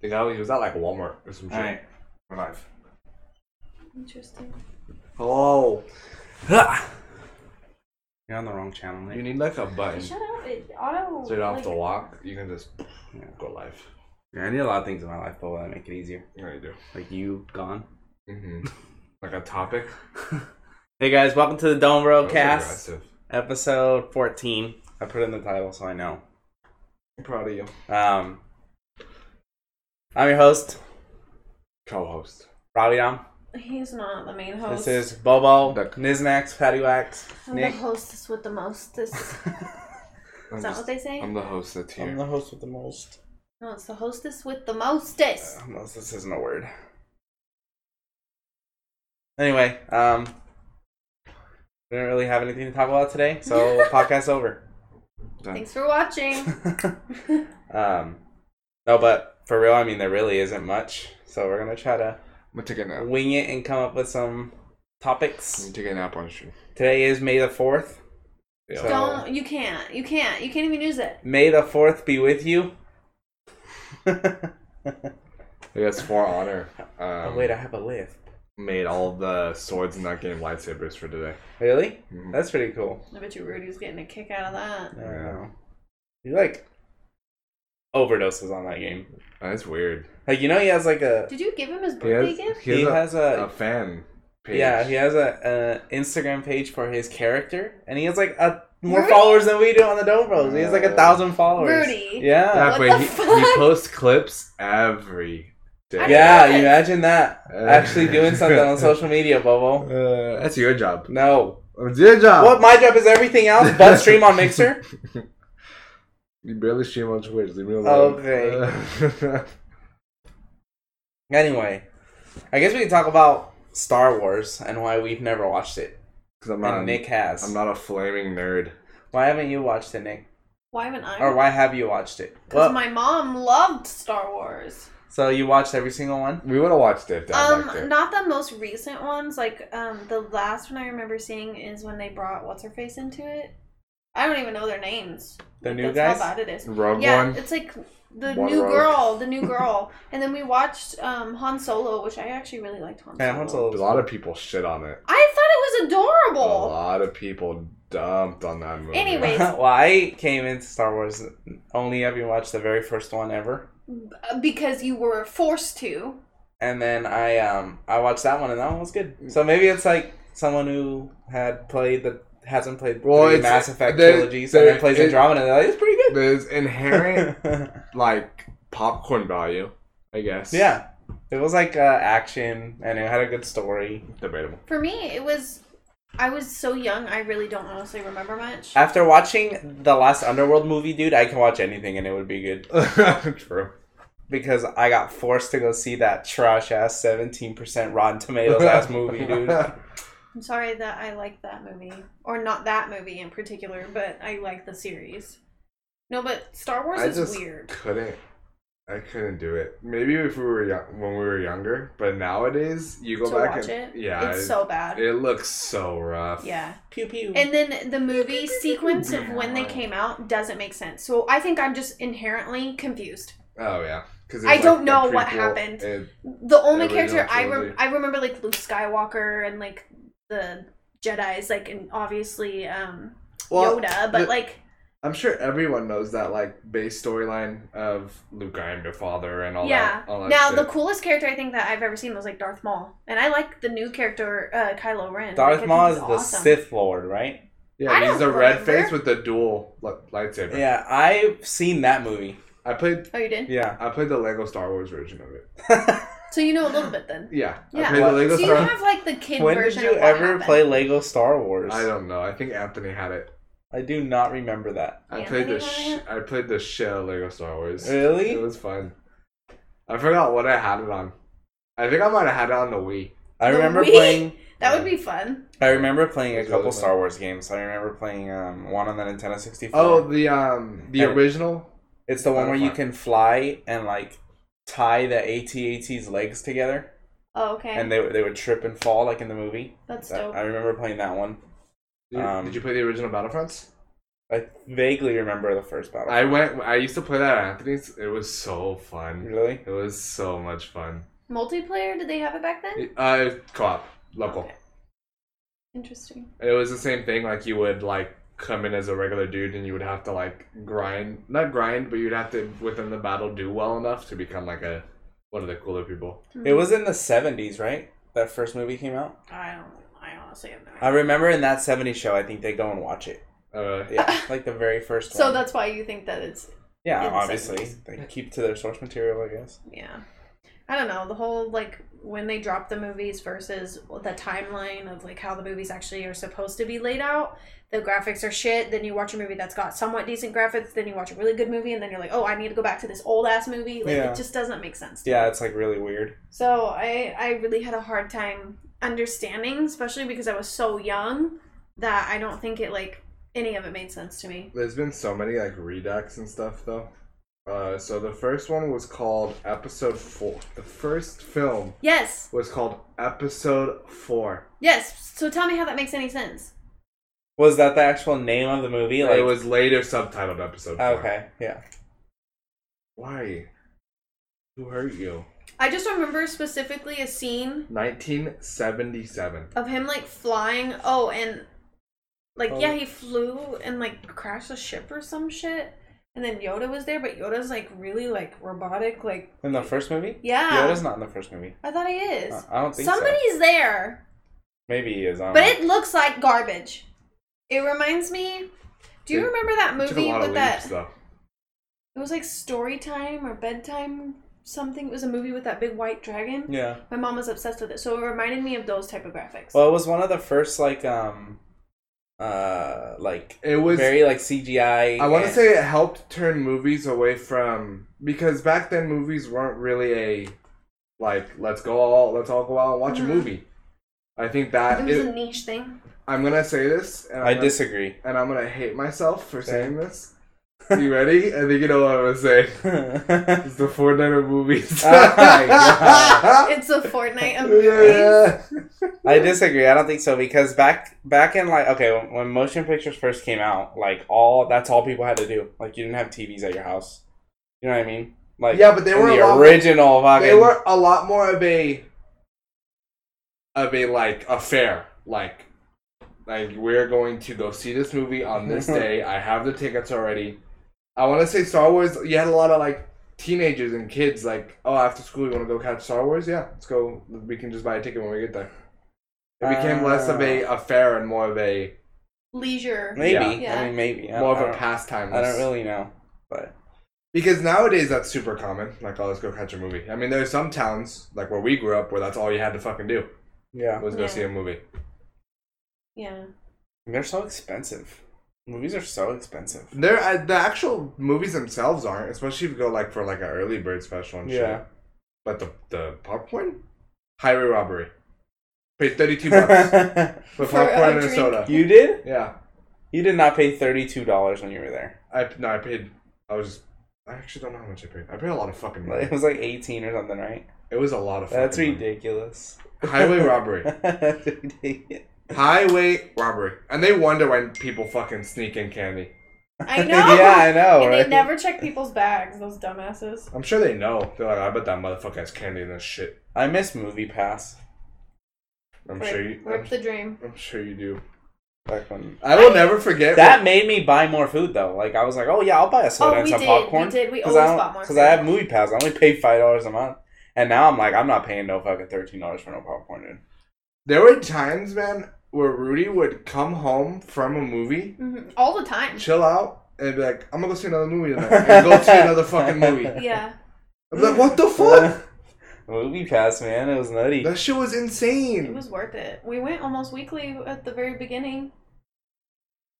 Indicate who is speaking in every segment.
Speaker 1: The guy was, he was at like Walmart or some shit.
Speaker 2: Alright. We're live.
Speaker 3: Interesting.
Speaker 1: Hello.
Speaker 2: You're on the wrong channel,
Speaker 1: Ah! You
Speaker 2: mate.
Speaker 1: need like a button so
Speaker 3: Shut up! It auto.
Speaker 1: you don't have
Speaker 3: like,
Speaker 1: to walk. You can just
Speaker 2: Yeah.
Speaker 1: go live.
Speaker 2: Yeah, I need a lot of things in my life, but will that make it easier?
Speaker 1: Yeah, you do.
Speaker 2: Like you gone.
Speaker 1: hmm like a topic.
Speaker 2: Hey guys, welcome to the Dome Bro
Speaker 1: That was
Speaker 2: Cast,
Speaker 1: aggressive.
Speaker 2: episode 14. I put it in the title so I know.
Speaker 1: I'm proud of you.
Speaker 2: Um, I'm your host,
Speaker 1: Co-host.
Speaker 2: Robbie Dom.
Speaker 3: He's not the main host.
Speaker 2: This is Bobo,
Speaker 1: The-
Speaker 2: Niznax, Patty Wax,
Speaker 3: I'm
Speaker 2: Nick.
Speaker 3: the hostess with the mostest.
Speaker 1: I'm,
Speaker 3: Is that
Speaker 1: just-
Speaker 3: what they say?
Speaker 1: I'm the host that's here.
Speaker 2: the host with the most.
Speaker 3: no, it's the hostess with the mostest.
Speaker 2: Unless this isn't a word. Anyway, um, we don't really have anything to talk about today, so podcast over.
Speaker 3: Thanks for watching.
Speaker 2: um, no, but for real, I mean, there really isn't much, so we're gonna try to
Speaker 1: I'm gonna take a nap. I'm
Speaker 2: wing it and come up with some
Speaker 1: gonna
Speaker 2: topics.
Speaker 1: take a nap on stream.
Speaker 2: Today is May the fourth.
Speaker 1: Yeah.
Speaker 2: So-
Speaker 3: Don't. You can't. You can't. You can't even use it.
Speaker 2: May the fourth be with you.
Speaker 1: I guess for honor.
Speaker 2: oh,
Speaker 1: Um,
Speaker 2: wait, I have a list.
Speaker 1: made all the swords in that game lightsabers for today.
Speaker 2: Really?
Speaker 1: Mhm.
Speaker 2: That's pretty cool.
Speaker 3: I bet you Rudy's getting a kick out of that.
Speaker 2: I don't know. He like overdoses on that game.
Speaker 1: That's weird.
Speaker 2: Like you know, he has like a
Speaker 3: Did you give him his
Speaker 1: He
Speaker 3: birthday
Speaker 1: has,
Speaker 3: gift?
Speaker 1: he has
Speaker 2: He
Speaker 1: a,
Speaker 2: has a-
Speaker 1: a fan page.
Speaker 2: yeah, he has a, a Instagram page for his character, and he has like a more
Speaker 3: Really?
Speaker 2: followers than we do on the Dome Bros. He has like a
Speaker 1: Uh,
Speaker 2: thousand followers.
Speaker 3: Rudy.
Speaker 2: Yeah,
Speaker 1: Yeah,
Speaker 3: What
Speaker 1: but
Speaker 3: the
Speaker 1: he, he
Speaker 3: fuck?
Speaker 1: posts clips every day.
Speaker 3: I
Speaker 2: yeah.
Speaker 3: love
Speaker 2: You
Speaker 3: it.
Speaker 2: imagine that
Speaker 1: Uh,
Speaker 2: actually doing something on social media, Bobo.
Speaker 1: Uh, that's your job.
Speaker 2: No,
Speaker 1: It's your job.
Speaker 2: what my job is everything else but stream on Mixer.
Speaker 1: You barely stream on Twitch. Leave me alone.
Speaker 2: Okay.
Speaker 1: Uh,
Speaker 2: Anyway, I guess we can talk about Star Wars and why we've never watched it,
Speaker 1: 'Cause I'm
Speaker 2: and
Speaker 1: not.
Speaker 2: Nick has.
Speaker 1: I'm not a flaming nerd.
Speaker 2: Why haven't you watched it, Nick?
Speaker 3: Why haven't I?
Speaker 2: Or why have you watched it?
Speaker 3: Because
Speaker 2: Well,
Speaker 3: my mom loved Star Wars.
Speaker 2: so you watched every single one.
Speaker 1: We would have watched it if Dad liked
Speaker 3: Um,
Speaker 1: it.
Speaker 3: not the most recent ones. Like, um, the last one I remember seeing is when they brought what's her face into it. I don't even know their names.
Speaker 2: The
Speaker 3: Like,
Speaker 2: new
Speaker 3: that's
Speaker 2: guys.
Speaker 3: How bad it is.
Speaker 1: Rogue
Speaker 3: yeah,
Speaker 1: One.
Speaker 3: it's like the
Speaker 1: One
Speaker 3: new
Speaker 1: Rogue.
Speaker 3: girl, the new girl, and then we watched um Han Solo, which I actually really liked Han Solo.
Speaker 2: Yeah, Han
Speaker 1: A
Speaker 2: Solo's-
Speaker 1: lot of people shit on it.
Speaker 3: I thought it was
Speaker 1: A
Speaker 3: adorable.
Speaker 1: lot of people dumped on that movie.
Speaker 3: Anyway. Anyways.
Speaker 2: well, I came into Star Wars only having watched the very first one ever,
Speaker 3: Uh, Because you were forced to.
Speaker 2: and then I um I watched that one and that one was good. So maybe it's like someone who had played the hasn't played the
Speaker 1: Well,
Speaker 2: three
Speaker 1: it's-
Speaker 2: Mass Effect
Speaker 1: there-
Speaker 2: trilogies
Speaker 1: there-
Speaker 2: and then plays
Speaker 1: it-
Speaker 2: Andromeda. and They're like, it's pretty good.
Speaker 1: There's inherent like popcorn value, I guess.
Speaker 2: yeah, it was like uh, action and it had a good story.
Speaker 1: Debatable.
Speaker 3: For me, it was. I was so young. I really don't honestly remember much.
Speaker 2: After watching the last Underworld movie, dude, I can watch anything and it would be good
Speaker 1: True.
Speaker 2: because I got forced to go see that trash ass seventeen percent Rotten Tomatoes ass movie, dude.
Speaker 3: I'm sorry that I like that movie, or not that movie in particular, but I like the series. No, but Star Wars
Speaker 1: I
Speaker 3: is
Speaker 1: just-
Speaker 3: weird.
Speaker 1: couldn't I couldn't do it. Maybe if we were young, when we were younger, but nowadays you go
Speaker 3: To
Speaker 1: back
Speaker 3: watch
Speaker 1: and
Speaker 3: it?
Speaker 1: yeah,
Speaker 3: it's
Speaker 1: it,
Speaker 3: so bad.
Speaker 1: it looks so rough.
Speaker 3: yeah.
Speaker 2: Pew pew.
Speaker 3: And then the movie sequence of when they came out doesn't make sense. So I think I'm just inherently confused.
Speaker 1: Oh yeah. Because
Speaker 3: I don't know what happened. The only
Speaker 1: The
Speaker 3: character
Speaker 1: original
Speaker 3: I re-
Speaker 1: trilogy.
Speaker 3: I remember like Luke Skywalker and like the Jedi's like and obviously um
Speaker 1: well,
Speaker 3: Yoda, but
Speaker 1: the-
Speaker 3: like
Speaker 1: I'm sure everyone knows that like base storyline of Luke, I am your father, and all
Speaker 3: yeah.
Speaker 1: that. All that
Speaker 3: now
Speaker 1: shit.
Speaker 3: the coolest character I think that I've ever seen was like Darth Maul, and I like the new character uh, Kylo Ren. Like, I
Speaker 2: Darth
Speaker 3: think
Speaker 2: Maul
Speaker 3: he's
Speaker 2: is the
Speaker 3: awesome.
Speaker 2: Sith Lord, right?
Speaker 3: I
Speaker 1: yeah, he's
Speaker 3: don't
Speaker 1: the red
Speaker 3: remember.
Speaker 1: face with the dual li- lightsaber.
Speaker 2: Yeah, I've seen that movie.
Speaker 1: I played.
Speaker 3: Oh, you did.
Speaker 2: Yeah.
Speaker 1: I played the Lego Star Wars version of it.
Speaker 3: So you know a little bit then.
Speaker 1: Yeah, I
Speaker 3: Yeah.
Speaker 1: played the
Speaker 2: What?
Speaker 1: Lego
Speaker 3: So you
Speaker 1: Star.
Speaker 3: have like the kid
Speaker 2: when did
Speaker 3: version.
Speaker 2: you
Speaker 3: of what
Speaker 2: ever
Speaker 3: happened.
Speaker 2: play Lego Star Wars?
Speaker 1: I don't know. I think Anthony had it.
Speaker 2: I do not remember that.
Speaker 1: I
Speaker 3: Yeah,
Speaker 1: played
Speaker 3: they
Speaker 1: the
Speaker 3: had
Speaker 1: sh- I played the shit out of Lego Star Wars.
Speaker 2: Really?
Speaker 1: It was fun. I forgot what I had it on. I think I might have had it on the Wii.
Speaker 2: I
Speaker 3: The
Speaker 2: remember
Speaker 3: Wii?
Speaker 2: playing.
Speaker 3: That would be fun.
Speaker 2: I remember playing
Speaker 1: It
Speaker 2: a
Speaker 1: was
Speaker 2: couple
Speaker 1: really fun.
Speaker 2: Star Wars games. I remember playing um, one on the Nintendo 64.
Speaker 1: Oh, the um the
Speaker 2: Yeah.
Speaker 1: original.
Speaker 2: it's the one where you
Speaker 1: Battlefront.
Speaker 2: can fly and like tie the AT-AT's legs together,
Speaker 3: Oh, okay.
Speaker 2: and uh, they they would trip and fall like in the movie.
Speaker 3: That's
Speaker 2: That-
Speaker 3: dope.
Speaker 2: I remember playing that one.
Speaker 1: Did,
Speaker 2: Um,
Speaker 1: did you play the original Battlefronts?
Speaker 2: I vaguely remember the first battle.
Speaker 1: I went. I used to play that at Anthony's. It was so fun.
Speaker 2: really?
Speaker 1: It was so much fun.
Speaker 3: Multiplayer? Did they have it back then?
Speaker 1: It- Uh, co-op, local.
Speaker 3: Okay. Interesting.
Speaker 1: It was the same thing. Like you would like come in as a regular dude, and you would have to like grind, not grind, but you'd have to within the battle do well enough to become like a one of the cooler people.
Speaker 2: It
Speaker 3: Hmm.
Speaker 2: was in the 70s, right? That first movie came out.
Speaker 3: I don't. I honestly have no
Speaker 2: I
Speaker 3: idea.
Speaker 2: remember in that 70s show, I think they go and watch it.
Speaker 1: Uh,
Speaker 2: Yeah, like the very first
Speaker 3: So
Speaker 2: one.
Speaker 3: that's why you think that it's
Speaker 2: Yeah,
Speaker 3: in the
Speaker 2: obviously.
Speaker 3: 70s.
Speaker 2: They keep to their source material, I guess.
Speaker 3: yeah. I don't know the whole like when they drop the movies versus the timeline of like how the movies actually are supposed to be laid out. The graphics are shit. Then you watch a movie that's got somewhat decent graphics. Then you watch a really good movie, and then you're like, oh, I need to go back to this old ass movie. Like
Speaker 2: Yeah.
Speaker 3: it just doesn't make sense. to
Speaker 2: Yeah, it's like really weird.
Speaker 3: So I I really had a hard time understanding, especially because I was so young that I don't think it like any of it made sense to me.
Speaker 1: There's been so many like redux and stuff though. Uh, so the first one was called Episode Four. The first film
Speaker 3: Yes,
Speaker 1: was called Episode Four.
Speaker 3: yes. So tell me how that makes any sense.
Speaker 2: Was that the actual name of the movie? Like,
Speaker 1: it was later subtitled Episode Four.
Speaker 2: Okay, yeah.
Speaker 1: Why? Who hurt you?
Speaker 3: I just remember specifically a scene
Speaker 1: 1977.
Speaker 3: of him like flying. Oh, and like
Speaker 2: Oh.
Speaker 3: yeah, he flew and like crashed a ship or some shit. And then Yoda was there, but Yoda's like really like robotic, like
Speaker 2: In the first movie?
Speaker 3: yeah.
Speaker 2: Yoda's not in the first movie.
Speaker 3: I thought he is.
Speaker 2: Uh, I don't think so. Uh-huh.
Speaker 3: Somebody's there.
Speaker 2: Maybe he is. I don't
Speaker 3: But
Speaker 2: know.
Speaker 3: it looks like garbage. It reminds me. Do you
Speaker 1: It
Speaker 3: remember that
Speaker 1: It took a
Speaker 3: movie
Speaker 1: lot of
Speaker 3: with that?
Speaker 1: leaps though.
Speaker 3: It was like story time or bedtime something. It was a movie with that big white dragon.
Speaker 2: Yeah.
Speaker 3: My mom was obsessed with it, so it reminded me of those type of graphics.
Speaker 2: Well, it was one of the first like um uh like
Speaker 1: It was.
Speaker 2: very like CGI.
Speaker 1: I want to
Speaker 2: and-
Speaker 1: say it helped turn movies away from because back then movies weren't really a like let's go all let's all go out and watch
Speaker 3: Mhm.
Speaker 1: a movie. I think that
Speaker 3: it was
Speaker 1: it-
Speaker 3: a niche thing.
Speaker 1: I'm gonna say this, and I'm,
Speaker 2: I
Speaker 1: gonna,
Speaker 2: disagree.
Speaker 1: and I'm gonna hate myself for
Speaker 2: Okay.
Speaker 1: saying this. You ready? I think you know what I'm gonna say.
Speaker 2: yeah,
Speaker 1: It's the Fortnite of movies.
Speaker 2: Oh my God.
Speaker 3: It's a Fortnite of movies.
Speaker 1: yeah.
Speaker 2: I disagree. I don't think so because back back in like okay when, when motion pictures first came out, like all that's all people had to do. Like you didn't have TVs at your house. You know what I mean? Like
Speaker 1: yeah, but they
Speaker 2: in
Speaker 1: were a
Speaker 2: the
Speaker 1: lot,
Speaker 2: original fucking.
Speaker 1: They were a lot more of a of a like affair, like like we're going to go see this movie on this day. I have the tickets already. I want to say Star Wars. You had a lot of like teenagers and kids like, oh, after school, you want to go catch Star Wars? Yeah, let's go. We can just buy a ticket when we get there. It became less of a
Speaker 2: Ah.
Speaker 1: affair and more of a
Speaker 3: Leisure.
Speaker 2: maybe.
Speaker 3: Yeah.
Speaker 2: I mean maybe. I,
Speaker 1: more
Speaker 2: I
Speaker 1: of a
Speaker 2: don't-
Speaker 1: pastime.
Speaker 2: I don't really know, but
Speaker 1: Because nowadays that's super common. Like, oh, let's go catch a movie. I mean, there's some towns like where we grew up where that's all you had to fucking do
Speaker 2: yeah,
Speaker 1: was go
Speaker 3: Yeah.
Speaker 1: see a movie.
Speaker 3: Yeah.
Speaker 2: they're so expensive. Movies are so expensive.
Speaker 1: There, uh, the actual movies themselves aren't, especially if you go like for like an early bird special and shit.
Speaker 2: Yeah.
Speaker 1: But the the popcorn, highway robbery, paid thirty two bucks for
Speaker 3: For a
Speaker 1: popcorn and a
Speaker 3: drink.
Speaker 1: soda.
Speaker 2: you did?
Speaker 1: Yeah,
Speaker 2: You did not pay thirty two dollars when you were there.
Speaker 1: I no, I paid. I was. I actually don't know how much I paid. I paid a lot of fucking
Speaker 2: Like,
Speaker 1: money.
Speaker 2: It was like eighteen or something, right?
Speaker 1: It was a lot of.
Speaker 2: That's
Speaker 1: fucking money.
Speaker 2: ridiculous.
Speaker 1: Highway robbery.
Speaker 2: That's ridiculous.
Speaker 1: Highway robbery. And they wonder when people fucking sneak in candy.
Speaker 3: I know.
Speaker 2: yeah, I know.
Speaker 3: and
Speaker 2: right?
Speaker 3: they never check people's bags. Those dumbasses.
Speaker 1: I'm sure they know. They're like, I bet that motherfucker has candy in this shit.
Speaker 2: I miss Movie Pass
Speaker 1: I'm
Speaker 3: rip,
Speaker 1: sure you.
Speaker 3: rip
Speaker 1: I'm,
Speaker 3: the dream.
Speaker 1: I'm sure you do.
Speaker 2: back when.
Speaker 1: I will never forget
Speaker 2: That made me buy more food though. Like I was like, oh yeah, I'll buy a soda
Speaker 3: oh,
Speaker 2: and
Speaker 3: we
Speaker 2: some
Speaker 3: did.
Speaker 2: popcorn.
Speaker 3: We did. We
Speaker 2: Because I
Speaker 3: always
Speaker 2: don't-
Speaker 3: bought more.
Speaker 2: 'cause I have Movie Pass. I only pay five dollars a month, and now I'm like, I'm not paying no fucking thirteen dollars for no popcorn, dude.
Speaker 1: There were times, man, where Rudy would come home from a movie,
Speaker 3: hmm All the time.
Speaker 1: chill out, and be like, "I'm gonna go see another movie tonight," and go see another fucking movie. i
Speaker 3: Yeah.
Speaker 1: would be like, "What the fuck?
Speaker 2: movie Pass, man, it was nutty.
Speaker 1: That shit was
Speaker 3: It
Speaker 1: insane."
Speaker 3: was worth it. We went almost weekly at the very beginning.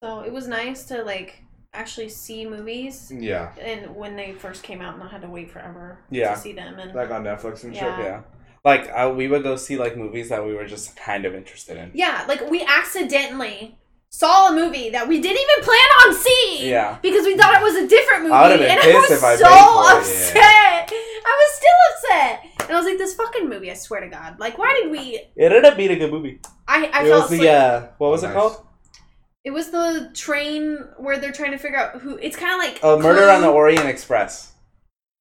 Speaker 3: So it was nice to like actually see movies
Speaker 1: Yeah,
Speaker 3: and when they first came out and I had to wait forever
Speaker 2: Yeah.
Speaker 3: to see them and
Speaker 1: like on Netflix and shit.
Speaker 3: Yeah.
Speaker 2: Yeah. Like I, we would go see like movies that we were just kind of interested in.
Speaker 3: Yeah, like we accidentally saw a movie that we didn't even plan on seeing.
Speaker 2: Yeah.
Speaker 3: Because we thought it was a different movie.
Speaker 2: I would've been
Speaker 3: and I
Speaker 2: pissed
Speaker 3: was
Speaker 2: if I
Speaker 3: so
Speaker 2: paid for
Speaker 1: it,
Speaker 3: upset.
Speaker 1: yeah.
Speaker 3: I was still upset. And I was like, this fucking movie, I swear to God. Like why did we
Speaker 2: It ended up being a good movie.
Speaker 3: I, I
Speaker 2: it
Speaker 3: felt
Speaker 2: was the
Speaker 3: like
Speaker 2: uh, what was
Speaker 1: Nice.
Speaker 2: it called?
Speaker 3: It was the train where they're trying to figure out who. It's kind of like
Speaker 2: Oh, Murder on the
Speaker 3: Clue.
Speaker 2: Orient Express.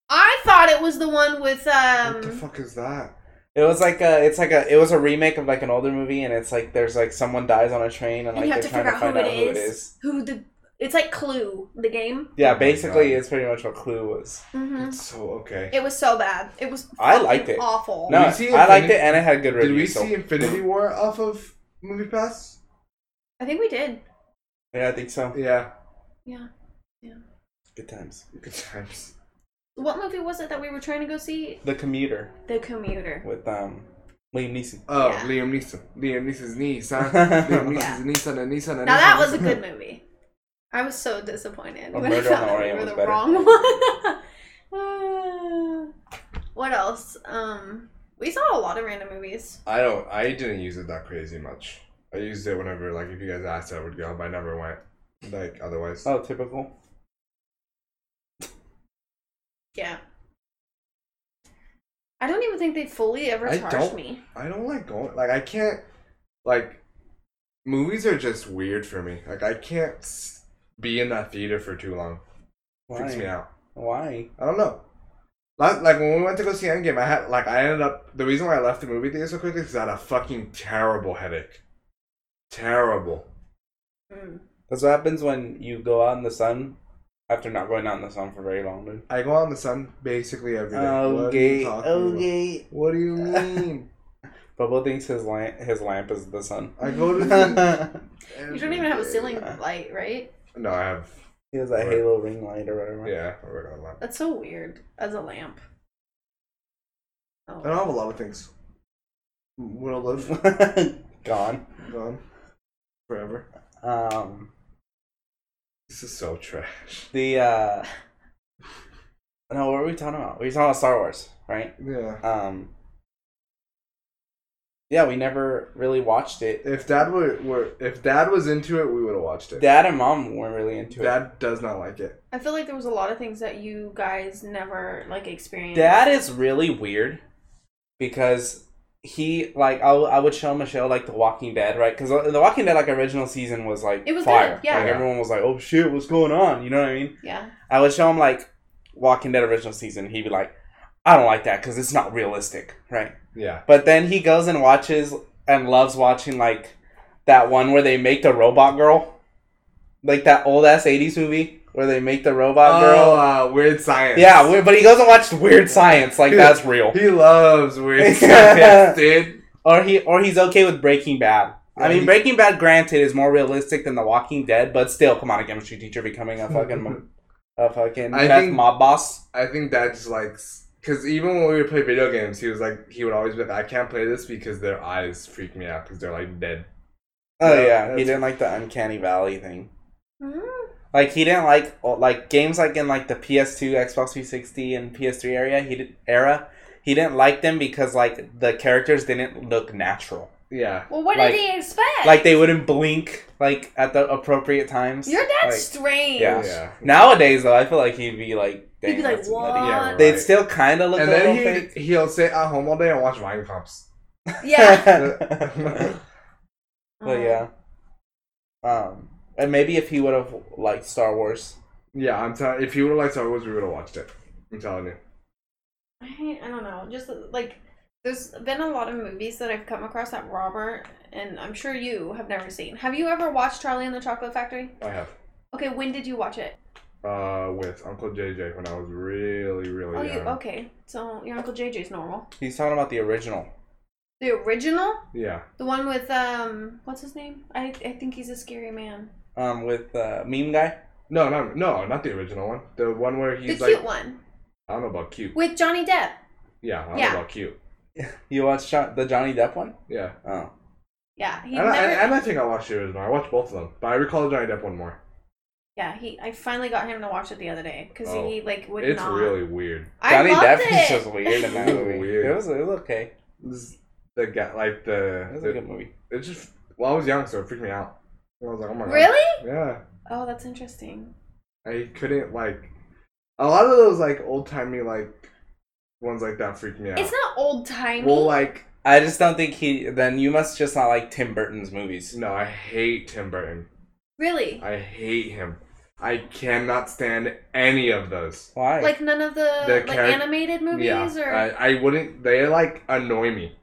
Speaker 3: I thought it was the one with um.
Speaker 1: what the fuck is that?
Speaker 2: It was like a, it's like a, it was a remake of like an older movie, and it's like there's like someone dies on a train, and
Speaker 3: And
Speaker 2: like
Speaker 3: you have
Speaker 2: they're
Speaker 3: to
Speaker 2: trying
Speaker 3: figure
Speaker 2: to
Speaker 3: out
Speaker 2: find out
Speaker 3: who it
Speaker 2: who it
Speaker 3: is.
Speaker 2: is.
Speaker 3: Who the? It's like Clue, the game.
Speaker 1: Oh
Speaker 2: Yeah,
Speaker 1: my
Speaker 2: basically,
Speaker 1: God.
Speaker 2: it's pretty much what Clue was.
Speaker 3: hmm
Speaker 1: It's so okay.
Speaker 3: It was so bad. It was.
Speaker 2: I
Speaker 3: fucking
Speaker 2: liked it.
Speaker 3: Awful.
Speaker 2: No,
Speaker 1: we see
Speaker 2: I liked
Speaker 1: Infinity-
Speaker 2: it, and it had good
Speaker 1: Did we
Speaker 2: reviews. so-
Speaker 1: see Infinity War off of Movie Pass?
Speaker 3: I think we did.
Speaker 2: Yeah, I think so.
Speaker 1: Yeah.
Speaker 2: Good times.
Speaker 1: Good times.
Speaker 3: What movie was it that we were trying to go see?
Speaker 2: The Commuter
Speaker 3: The Commuter.
Speaker 2: with um Liam Neeson.
Speaker 1: Oh,
Speaker 3: Yeah.
Speaker 1: Liam Neeson. Liam Neeson's niece, huh? Uh, Liam
Speaker 2: a
Speaker 1: Neeson's niece and a niece and a
Speaker 3: Now
Speaker 1: niece
Speaker 3: that
Speaker 1: and a
Speaker 3: was a
Speaker 1: niece.
Speaker 3: good movie. I was so disappointed
Speaker 2: Or
Speaker 3: when I
Speaker 2: Murder on
Speaker 3: found
Speaker 2: the
Speaker 3: out we
Speaker 2: Orient
Speaker 3: were
Speaker 2: was
Speaker 3: the
Speaker 2: better.
Speaker 3: wrong one. Uh, what else? Um, we saw a lot of random movies.
Speaker 1: I don't. I didn't use it that crazy much. I used it whenever, like, if you guys asked, I would go, but I never went. Like, otherwise.
Speaker 2: oh, typical.
Speaker 3: Yeah. I don't even think they fully ever
Speaker 1: I
Speaker 3: charged
Speaker 1: don't-
Speaker 3: me.
Speaker 1: I don't like going. Like, I can't. Like, movies are just weird for me. Like, I can't s- be in that theater for too long.
Speaker 2: Why?
Speaker 1: Freaks me out.
Speaker 2: Why?
Speaker 1: I don't know. Like, like when we went to go see Endgame, I had like I ended up the reason why I left the movie theater so quickly is 'cause I had a fucking terrible headache. Terrible.
Speaker 3: Mm.
Speaker 2: That's what happens when you go out in the sun after not going out in the sun for very long, dude.
Speaker 1: I go out in the sun basically every day.
Speaker 2: Oh,
Speaker 1: What are you
Speaker 2: Okay.
Speaker 1: talking about?
Speaker 2: Okay.
Speaker 1: What do you mean?
Speaker 2: Bubble thinks his lamp his lamp is the sun.
Speaker 1: I go to the
Speaker 2: he
Speaker 3: You don't even have a ceiling
Speaker 2: Yeah.
Speaker 3: light, right?
Speaker 1: No, I have.
Speaker 2: has a
Speaker 1: Right.
Speaker 2: halo ring light or whatever.
Speaker 1: Yeah, I work on a lot.
Speaker 3: That's so weird as a lamp. Oh.
Speaker 1: I don't
Speaker 2: Oh.
Speaker 1: have a lot of things. Where I live
Speaker 2: Gone.
Speaker 1: gone forever.
Speaker 2: Um
Speaker 1: This is so trash.
Speaker 2: the uh No, what were we talking about? We were talking about Star Wars, right?
Speaker 1: Yeah.
Speaker 2: Um Yeah, we never really watched it.
Speaker 1: If dad were, were if dad was into it, we would have watched it.
Speaker 2: Dad and mom weren't really into it.
Speaker 1: dad does not like it.
Speaker 3: I feel like there was a lot of things that you guys never like experienced.
Speaker 2: That is really weird because he like I, w- I would show Michelle like The Walking Dead right because The Walking Dead like original season was like
Speaker 3: It was
Speaker 2: fire
Speaker 3: good, yeah.
Speaker 2: like
Speaker 1: Yeah.
Speaker 2: everyone was like oh shit what's going on you know what I mean
Speaker 3: yeah.
Speaker 2: I would show him like Walking Dead original season he'd be like I don't like that because it's not realistic right
Speaker 1: Yeah.
Speaker 2: but then he goes and watches and loves watching like that one where they make the robot girl like that old ass eighties movie where they make the robot girl
Speaker 1: Oh, uh, Weird Science.
Speaker 2: yeah we- but he goes and watches Weird Science like that's real.
Speaker 1: He loves Weird Science, dude.
Speaker 2: or he or he's okay with Breaking Bad. I mean,
Speaker 1: Right.
Speaker 2: Breaking Bad, granted, is more realistic than The Walking Dead, but still, come on, a chemistry teacher becoming a fucking mo- a fucking
Speaker 1: I
Speaker 2: meth
Speaker 1: think-
Speaker 2: mob boss.
Speaker 1: I think that just like, because even when we would play video games, he was like, he would always be like, I can't play this because their eyes freak me out because they're like dead.
Speaker 2: Oh
Speaker 1: Yeah,
Speaker 2: yeah, he
Speaker 1: that's-
Speaker 2: didn't like the uncanny valley thing.
Speaker 3: Mm.
Speaker 2: Like he didn't like oh, like games like in like the PS2, Xbox 360, and PS3 area. He did era. He didn't like them because like the characters didn't look natural.
Speaker 1: Yeah.
Speaker 3: Well, what
Speaker 2: Like-
Speaker 3: did he expect?
Speaker 2: Like they wouldn't blink like at the appropriate times.
Speaker 3: Your dad's
Speaker 2: Like,
Speaker 3: strange.
Speaker 2: Yeah.
Speaker 1: Yeah.
Speaker 2: nowadays though, I feel like he'd be like,
Speaker 3: He'd be
Speaker 2: "Dang,
Speaker 3: like,
Speaker 2: that's nutty."
Speaker 3: "What?"
Speaker 1: Yeah,
Speaker 2: They'd
Speaker 1: right.
Speaker 2: still kind of look
Speaker 1: And
Speaker 2: a little
Speaker 1: then
Speaker 2: fake.
Speaker 1: he he'll sit at home all day and watch Vine Cops.
Speaker 3: Yeah.
Speaker 1: but
Speaker 2: but yeah. Um, and maybe if he would have liked Star Wars,
Speaker 1: Yeah, I'm telling. If you would have liked Star Wars, we would have watched it. I'm telling you.
Speaker 3: I, I don't know. Just like there's been a lot of movies that I've come across that Robert and I'm sure you have never seen. Have you ever watched Charlie and the Chocolate Factory?
Speaker 1: I have.
Speaker 3: Okay, when did you watch it?
Speaker 1: Uh, with Uncle JJ when I was really, really
Speaker 3: Oh, you
Speaker 1: young.
Speaker 3: okay? So your Uncle JJ's normal.
Speaker 2: he's talking about the original.
Speaker 3: The original,
Speaker 1: Yeah.
Speaker 3: the one with um, what's his name? I I think he's a scary man.
Speaker 2: Um, with uh, meme guy.
Speaker 1: No, no, no, not the original one. The one where he's
Speaker 3: the
Speaker 1: like,
Speaker 3: cute one
Speaker 1: I don't know about cute.
Speaker 3: with Johnny Depp.
Speaker 1: Yeah, I don't
Speaker 3: Yeah.
Speaker 1: know about cute.
Speaker 2: You watched jo- the Johnny Depp one?
Speaker 1: Yeah.
Speaker 2: Oh,
Speaker 3: Yeah, he
Speaker 1: And I,
Speaker 3: never.
Speaker 1: and, and I think I watched the original. I watched both of them, but I recall Johnny Depp one more.
Speaker 3: yeah, he. I finally got him to watch it the other day because
Speaker 1: Oh,
Speaker 3: he like would
Speaker 1: It's
Speaker 3: not.
Speaker 1: really weird.
Speaker 3: I
Speaker 2: Johnny
Speaker 3: loved
Speaker 2: Depp
Speaker 3: it.
Speaker 2: is just weird in that movie.
Speaker 1: Weird.
Speaker 2: It was it was okay.
Speaker 1: This- The guy, like
Speaker 2: It
Speaker 1: the,
Speaker 2: was a
Speaker 1: the
Speaker 2: good movie.
Speaker 1: it's just. Well, I was young, so it freaked me out. I was like, oh my god.
Speaker 3: really?
Speaker 1: Yeah.
Speaker 3: Oh, that's interesting.
Speaker 1: I couldn't like. A lot of those like old timey like ones like that freaked me out.
Speaker 3: It's not old timey.
Speaker 1: well, like
Speaker 2: I just don't think he. Then you must just not like Tim Burton's movies.
Speaker 1: no, I hate Tim Burton.
Speaker 3: Really?
Speaker 1: I hate him. I cannot stand any of those.
Speaker 2: Why?
Speaker 3: Like none of the,
Speaker 1: The
Speaker 3: like
Speaker 1: charac-
Speaker 3: animated movies
Speaker 1: yeah,
Speaker 3: or
Speaker 1: I, I wouldn't. They like annoy me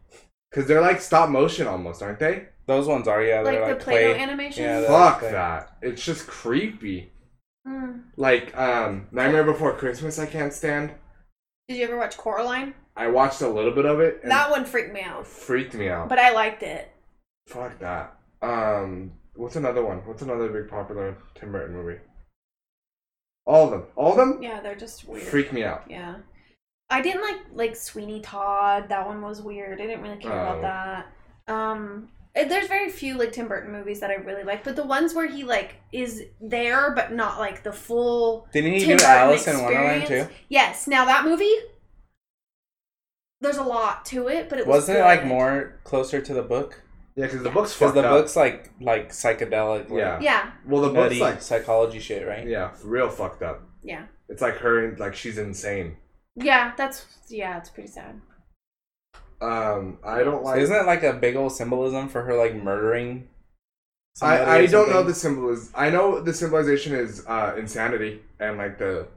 Speaker 1: because they're like stop motion almost, aren't they?
Speaker 2: Those ones are yeah.
Speaker 3: like,
Speaker 2: They're like,
Speaker 3: the Play-Doh
Speaker 2: play.
Speaker 3: animation.
Speaker 2: Yeah, they're-
Speaker 1: Fuck
Speaker 2: okay.
Speaker 1: that. It's just creepy.
Speaker 3: Hmm.
Speaker 1: Like um, Nightmare Before Christmas, I can't stand.
Speaker 3: Did you ever watch Coraline?
Speaker 1: I watched a little bit of it and
Speaker 3: That one freaked me out,
Speaker 1: freaked me out.
Speaker 3: but I liked it.
Speaker 1: Fuck that. Um, what's another one? What's another big popular Tim Burton movie? All of them. All of them
Speaker 3: Yeah, they're just weird.
Speaker 1: freak me out.
Speaker 3: Yeah. I didn't like like Sweeney Todd. That one was weird. I didn't really care
Speaker 1: Oh.
Speaker 3: about that. Um eh, there's very few like Tim Burton movies that I really like, but the ones where he like is there but not like the full
Speaker 2: Didn't he
Speaker 3: Tim
Speaker 2: do
Speaker 3: Burton
Speaker 2: Alice in Wonderland too?
Speaker 3: experience- Yes. Now that movie there's a lot to it, but it was
Speaker 2: Wasn't it like
Speaker 3: good.
Speaker 2: more closer to the book?
Speaker 1: Yeah, because the book's
Speaker 2: Because
Speaker 1: fucked
Speaker 2: the
Speaker 1: up.
Speaker 2: book's like like psychedelic, like,
Speaker 1: Yeah.
Speaker 3: Yeah.
Speaker 1: well, the book's
Speaker 2: nutty
Speaker 1: like
Speaker 2: psychology shit, right?
Speaker 1: yeah, real fucked up.
Speaker 3: Yeah.
Speaker 1: It's like her, like she's insane.
Speaker 3: Yeah, that's yeah, it's pretty sad.
Speaker 1: Um, I don't like.
Speaker 2: Isn't it like a big old symbolism for her like murdering? somebody
Speaker 1: I, I
Speaker 2: or
Speaker 1: don't know
Speaker 2: something?
Speaker 1: the symbolism. I know the symbolization is uh, insanity and like the.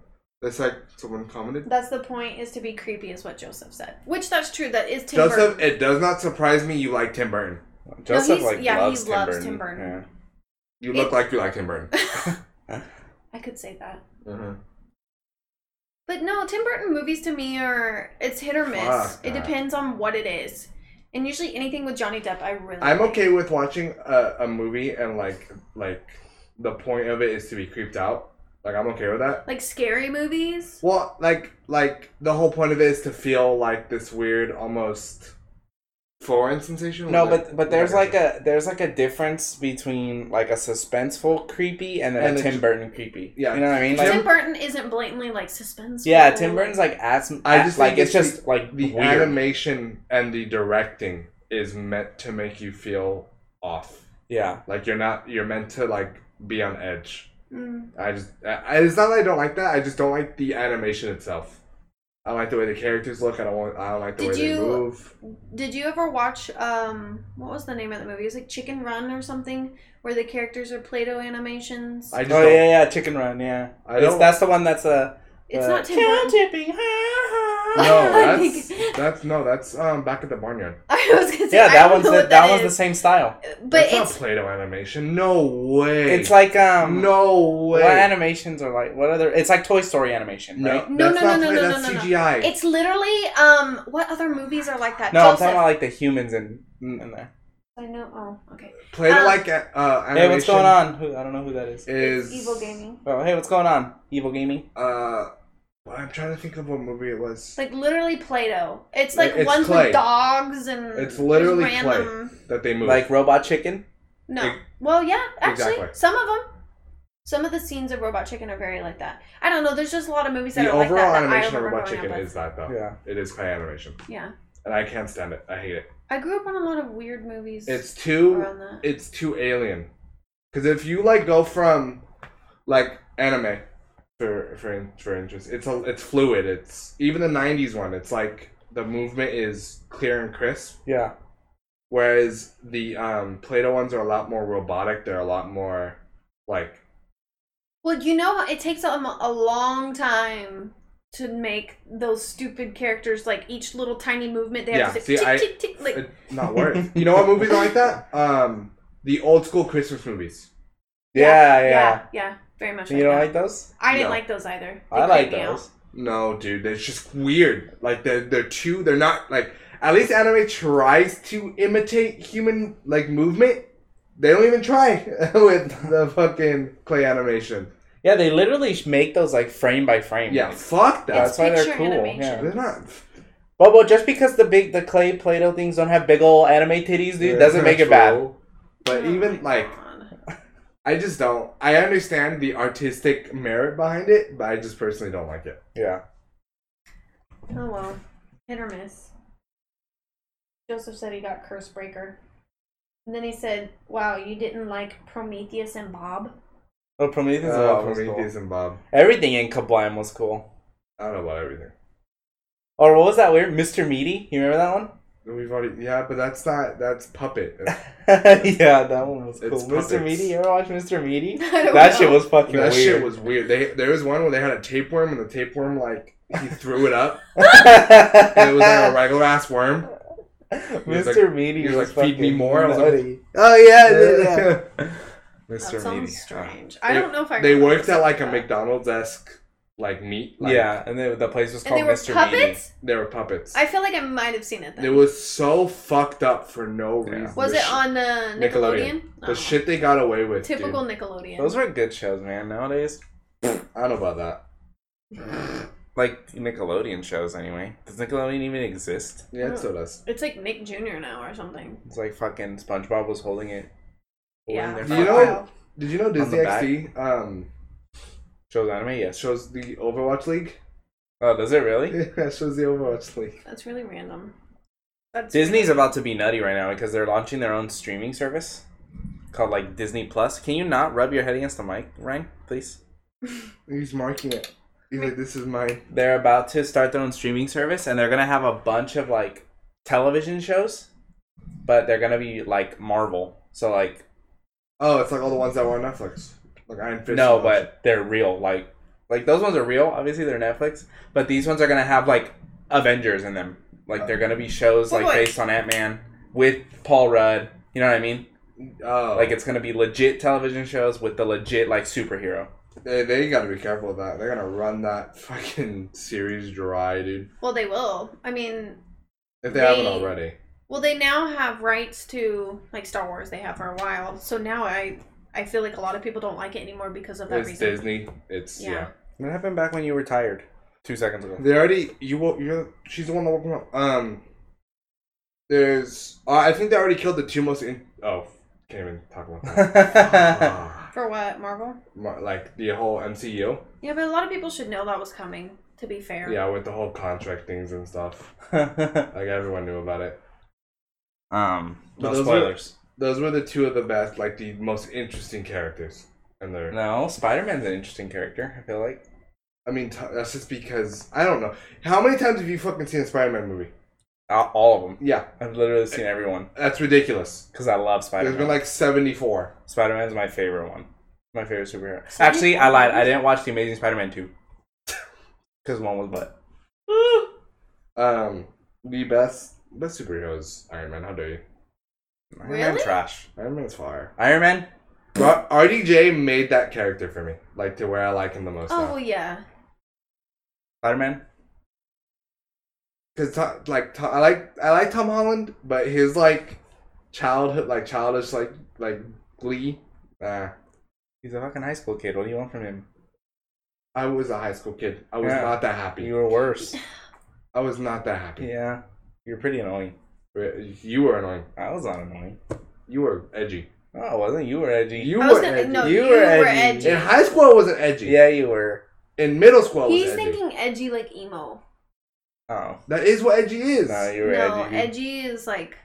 Speaker 1: That's like someone commented.
Speaker 3: That's the point is to be creepy is what Joseph said. Which that's true, that is Tim
Speaker 1: Joseph,
Speaker 3: Burton.
Speaker 1: it does not surprise me you like Tim Burton.
Speaker 2: Joseph
Speaker 3: he's-
Speaker 2: like
Speaker 3: yeah, he
Speaker 2: loves, Tim,
Speaker 3: loves
Speaker 2: Burton.
Speaker 3: Tim Burton.
Speaker 1: You look
Speaker 3: It-
Speaker 1: like you like Tim Burton.
Speaker 3: I could say that.
Speaker 1: Mhm.
Speaker 3: But no, Tim Burton movies to me are it's hit or miss.
Speaker 1: Fuck
Speaker 3: it
Speaker 1: that.
Speaker 3: depends on what it is, and usually anything with Johnny Depp, I really.
Speaker 1: I'm
Speaker 3: like.
Speaker 1: okay with watching a, a movie and like like the point of it is to be creeped out. Like I'm okay with that.
Speaker 3: Like scary movies.
Speaker 1: Well, like like the whole point of it is to feel like this weird almost foreign sensation.
Speaker 2: Yeah. No, but but there's like a there's like a difference between like a suspenseful creepy and then
Speaker 1: And
Speaker 2: a
Speaker 1: the-
Speaker 2: Tim Burton creepy.
Speaker 1: Yeah.
Speaker 2: you know what I mean?
Speaker 3: Tim,
Speaker 2: Like,
Speaker 3: Burton isn't blatantly like suspense.
Speaker 2: yeah, Tim Burton's like ass.
Speaker 1: I
Speaker 2: I
Speaker 1: just
Speaker 2: just like
Speaker 1: think
Speaker 2: it's
Speaker 1: it's
Speaker 2: just like
Speaker 1: the
Speaker 2: weird.
Speaker 1: animation and the directing is meant to make you feel off.
Speaker 2: yeah,
Speaker 1: Like you're not you're meant to like be on edge.
Speaker 3: Mm.
Speaker 1: I just I, it's not that I don't like that. I just don't like the animation itself. I don't like the way the characters look. I don't want. I don't like the
Speaker 3: Did
Speaker 1: way they
Speaker 3: you-
Speaker 1: move.
Speaker 3: Did you ever watch um what was the name of the movie? It was like Chicken Run or something, where the characters are Play-Doh animations.
Speaker 1: I just
Speaker 2: oh
Speaker 1: don't,
Speaker 2: yeah, yeah, Chicken Run, yeah.
Speaker 1: I
Speaker 2: It's-
Speaker 1: don't-
Speaker 2: that's the one that's a.
Speaker 3: it's
Speaker 2: the-
Speaker 1: uh,
Speaker 3: not Tim
Speaker 2: Cow
Speaker 3: Burton.
Speaker 2: tipping. ha, ha.
Speaker 1: No,
Speaker 3: I
Speaker 1: that's
Speaker 3: think-
Speaker 1: that's no, that's um back at the barnyard.
Speaker 3: I was gonna say
Speaker 2: yeah,
Speaker 3: I
Speaker 2: that
Speaker 3: don't
Speaker 2: one's
Speaker 3: know
Speaker 2: the,
Speaker 3: what
Speaker 2: that, one's the
Speaker 3: is.
Speaker 2: same style.
Speaker 3: But
Speaker 1: that's
Speaker 3: it's
Speaker 1: not Play-Doh animation. No way.
Speaker 2: It's like um
Speaker 1: no
Speaker 2: what
Speaker 1: way.
Speaker 2: animations are like what other it's like Toy Story animation,
Speaker 1: no,
Speaker 2: right?
Speaker 3: No,
Speaker 1: that's
Speaker 3: no,
Speaker 1: not
Speaker 3: no,
Speaker 1: Play-
Speaker 3: no, no,
Speaker 1: that's
Speaker 3: no, no, no.
Speaker 1: CGI.
Speaker 3: it's literally um what other movies are like that?
Speaker 2: No, I'm
Speaker 3: Joseph.
Speaker 2: talking about like the humans in in there.
Speaker 3: I know. Oh, okay.
Speaker 1: Play-Doh
Speaker 3: um,
Speaker 1: like uh, animation.
Speaker 2: Hey, what's going on? Who I don't know who that is.
Speaker 1: Is
Speaker 3: It's evil gaming.
Speaker 2: Oh, hey, what's going on? Evil gaming.
Speaker 1: Uh, I'm trying to think of what movie it was.
Speaker 3: It's like literally Play-Doh. It's like
Speaker 1: It's
Speaker 3: ones
Speaker 1: clay.
Speaker 3: with dogs and
Speaker 1: It's literally
Speaker 3: there's random.
Speaker 1: that they moved.
Speaker 2: Like Robot Chicken.
Speaker 3: No,
Speaker 1: Ex-
Speaker 3: well, yeah, actually,
Speaker 1: Exactly.
Speaker 3: some of them, some of the scenes of Robot Chicken are very like that. I don't know. There's just a lot of movies that
Speaker 1: the
Speaker 3: are like
Speaker 1: overall
Speaker 3: that. that I
Speaker 1: animation of
Speaker 3: remember
Speaker 1: Robot
Speaker 3: growing
Speaker 1: Chicken
Speaker 3: up with.
Speaker 1: is that though.
Speaker 2: Yeah.
Speaker 1: It is clay animation,
Speaker 3: Yeah,
Speaker 1: and I can't stand it. I hate it.
Speaker 3: I grew up on a lot of weird movies.
Speaker 1: It's too
Speaker 3: around that.
Speaker 1: it's too alien. Because if you like go from like anime for for for interest, it's a, it's fluid. It's even the '90s one. It's like the movement is clear and crisp,
Speaker 2: Yeah.
Speaker 1: whereas the um, Play-Doh ones are a lot more robotic. They're a lot more like
Speaker 3: Well, you know, it takes them a long time to make those stupid characters like each little tiny movement. They have
Speaker 1: Yeah,
Speaker 3: to
Speaker 1: see,
Speaker 3: say, tick,
Speaker 1: I- Uh,
Speaker 3: tick, tick, like
Speaker 1: it- not worth. you know what movies are like that? Um, the old school Christmas movies.
Speaker 2: Yeah, yeah.
Speaker 3: yeah, yeah, very much.
Speaker 2: You don't
Speaker 3: that.
Speaker 2: like those?
Speaker 3: I didn't
Speaker 1: No.
Speaker 3: like those either. They
Speaker 2: I like
Speaker 3: creeped me out.
Speaker 2: those.
Speaker 1: No, dude, it's just weird. Like they're they're too. They're not like at least anime tries to imitate human like movement. They don't even try with the fucking clay animation.
Speaker 2: Yeah, they literally sh- make those like frame by frame.
Speaker 1: Yeah,
Speaker 2: Like,
Speaker 1: fuck that.
Speaker 2: that's why they're
Speaker 3: picture
Speaker 2: cool.
Speaker 3: animation.
Speaker 2: Yeah.
Speaker 1: They're not.
Speaker 2: But well, just because the big the clay Play-Doh things don't have big old anime titties, dude,
Speaker 1: they're
Speaker 2: doesn't make it bad.
Speaker 1: control. But
Speaker 3: Oh
Speaker 1: even
Speaker 3: my
Speaker 1: like,
Speaker 3: God.
Speaker 1: I just don't. I understand the artistic merit behind it, but I just personally don't like it.
Speaker 2: Yeah.
Speaker 3: oh well, hit or miss. Joseph said he got Curse Breaker, and then he said, "Wow, you didn't like Prometheus and Bob."
Speaker 2: Oh, Prometheus.
Speaker 1: Uh,
Speaker 2: and Bob was cool.
Speaker 1: Prometheus and Bob.
Speaker 2: Everything in Kablam was cool. Oh,
Speaker 1: I don't know about everything.
Speaker 2: Or what was that weird? Mr. Meaty? You remember that one?
Speaker 1: We've already yeah, but that's not that's puppet. That's-
Speaker 2: yeah, that one was
Speaker 1: It's
Speaker 2: cool.
Speaker 1: puppets.
Speaker 2: Mr. Meaty, you ever watch Mr. Meaty?
Speaker 3: I don't
Speaker 2: That
Speaker 3: know.
Speaker 2: shit was fucking
Speaker 1: that
Speaker 2: weird.
Speaker 1: shit was weird. They there was one where they had a tapeworm and the tapeworm like he threw it up and it was like a regular ass worm.
Speaker 3: Oh
Speaker 1: He was like-
Speaker 2: Mr. Meaty
Speaker 1: he was
Speaker 2: was
Speaker 1: like, "Feed me
Speaker 2: fucking
Speaker 1: more." I was like,
Speaker 2: nutty. oh yeah, yeah, yeah.
Speaker 1: Mr.
Speaker 3: That sounds
Speaker 1: Meaty.
Speaker 3: strange. I
Speaker 1: Uh, They-
Speaker 3: don't know if I.
Speaker 1: They
Speaker 3: remember
Speaker 1: worked at like a
Speaker 3: that.
Speaker 1: McDonald's esque like meat. Uh, Like,
Speaker 2: yeah, and then the place was
Speaker 3: And
Speaker 2: called
Speaker 3: they were
Speaker 2: Mr. Meaty.
Speaker 3: puppets.
Speaker 1: They were puppets.
Speaker 3: I feel like I might have seen it.
Speaker 1: It
Speaker 3: Then.
Speaker 1: was so fucked up for no
Speaker 2: Yeah.
Speaker 1: reason.
Speaker 3: was
Speaker 1: The
Speaker 3: it
Speaker 1: sh-
Speaker 3: on uh, Nickelodeon?
Speaker 1: Nickelodeon.
Speaker 3: Oh.
Speaker 1: The shit they got away with. dude.
Speaker 3: Typical Nickelodeon.
Speaker 2: Those were good shows, man. Nowadays,
Speaker 1: I don't know about that.
Speaker 2: like Nickelodeon shows, anyway. Does Nickelodeon even exist?
Speaker 1: Yeah,
Speaker 3: Oh.
Speaker 1: it still does.
Speaker 3: it's like Nick Jr. now or something.
Speaker 2: It's like fucking SpongeBob was holding it. holding
Speaker 3: Yeah.
Speaker 2: their
Speaker 1: Do you know-
Speaker 2: phone.
Speaker 3: Wow.
Speaker 1: Did you know
Speaker 2: the
Speaker 1: Disney XD um,
Speaker 2: shows anime? Yes.
Speaker 1: shows the Overwatch League?
Speaker 2: Oh, does it really?
Speaker 1: Yeah, shows the Overwatch League.
Speaker 3: That's really random. That's
Speaker 2: Disney's about to be nutty right now because they're launching their own streaming service called like Disney Plus. Can you not rub your head against the mic, Ryan? Please.
Speaker 1: He's marking it. He's like, this is mine.
Speaker 2: They're about to start their own streaming service, and they're gonna have a bunch of like television shows, but they're gonna be like Marvel. So like
Speaker 1: Oh, it's like all the ones that were on Netflix. Like Iron Fist.
Speaker 2: no,
Speaker 1: and all that
Speaker 2: but they're real. Like like those ones are real. Obviously, they're Netflix, but these ones are gonna have like Avengers in them. Like they're gonna be shows
Speaker 3: But,
Speaker 2: like
Speaker 3: like-
Speaker 2: based on Ant Man with Paul Rudd. You know what I mean?
Speaker 1: shit. Oh,
Speaker 2: Like it's gonna be legit television shows with the legit like superhero.
Speaker 1: they, they gotta be careful of that. They're gonna run that fucking series dry, dude.
Speaker 3: Well, they will. I mean,
Speaker 1: If they,
Speaker 3: They-
Speaker 1: haven't already.
Speaker 3: well, they now have rights to like Star Wars. They have for a while. So now I I feel like a lot of people don't like it anymore because of that
Speaker 1: It's
Speaker 3: reason.
Speaker 1: Disney. It's
Speaker 3: Yeah.
Speaker 1: yeah.
Speaker 2: What happened back when you were tired? Two seconds ago.
Speaker 1: They already you wo- you're she's the one that woke him up. Um, there's uh, I think they already killed the two most. In- oh, can't even talk about that. Ah,
Speaker 3: For what Marvel?
Speaker 1: mo- like the whole MCU.
Speaker 3: Yeah, but a lot of people should know that was coming. To be fair.
Speaker 1: Yeah, with the whole contract things and stuff. Like everyone knew about it.
Speaker 2: um,
Speaker 1: But
Speaker 2: no
Speaker 1: those
Speaker 2: spoilers.
Speaker 1: Those were the two of the best, like the most interesting characters. And they're
Speaker 2: No, Spider Man's an interesting character. I feel like
Speaker 1: I mean, t- that's just because I don't know. How many times have you fucking seen a Spider-Man movie?
Speaker 2: all, all of them.
Speaker 1: Yeah,
Speaker 2: I've literally seen everyone
Speaker 1: that's ridiculous.
Speaker 2: because I love Spider
Speaker 1: There's
Speaker 2: Man.
Speaker 1: been like 74.
Speaker 2: Spider Man's my favorite one. My favorite superhero.
Speaker 3: Spider-
Speaker 2: Actually, I lied. I didn't watch the Amazing Spider Man two because one was butt.
Speaker 1: Um, the best best superhero is Iron Man. How dare you?
Speaker 2: Iron
Speaker 3: Really?
Speaker 2: Man trash.
Speaker 1: Iron Man's fire.
Speaker 2: Iron Man.
Speaker 1: But RDJ made that character for me, like to where I like him the most.
Speaker 3: Oh well,
Speaker 1: now.
Speaker 3: yeah.
Speaker 2: Spider Man.
Speaker 1: Cause to- like to- I like I like Tom Holland, but his like childhood, like childish, like like Glee. Nah,
Speaker 2: He's a fucking high school kid. What do you want from him?
Speaker 1: I was a high school kid. I was
Speaker 2: Yeah.
Speaker 1: not that happy.
Speaker 2: You were worse.
Speaker 1: I was not that happy.
Speaker 2: yeah, you're pretty annoying.
Speaker 1: You were annoying.
Speaker 2: I was not annoying.
Speaker 1: You were edgy.
Speaker 2: No, I wasn't. You were edgy.
Speaker 1: You
Speaker 3: I was
Speaker 1: were
Speaker 3: gonna-
Speaker 1: edgy.
Speaker 3: no,
Speaker 2: You
Speaker 3: you,
Speaker 2: were
Speaker 3: were
Speaker 2: edgy.
Speaker 3: edgy.
Speaker 1: In high school, I wasn't edgy.
Speaker 2: yeah, you were.
Speaker 1: In middle school, I was
Speaker 3: He's
Speaker 1: edgy.
Speaker 3: thinking edgy like emo.
Speaker 2: Oh,
Speaker 1: that is what edgy is.
Speaker 2: no, you were
Speaker 3: no,
Speaker 2: edgy.
Speaker 3: edgy. is like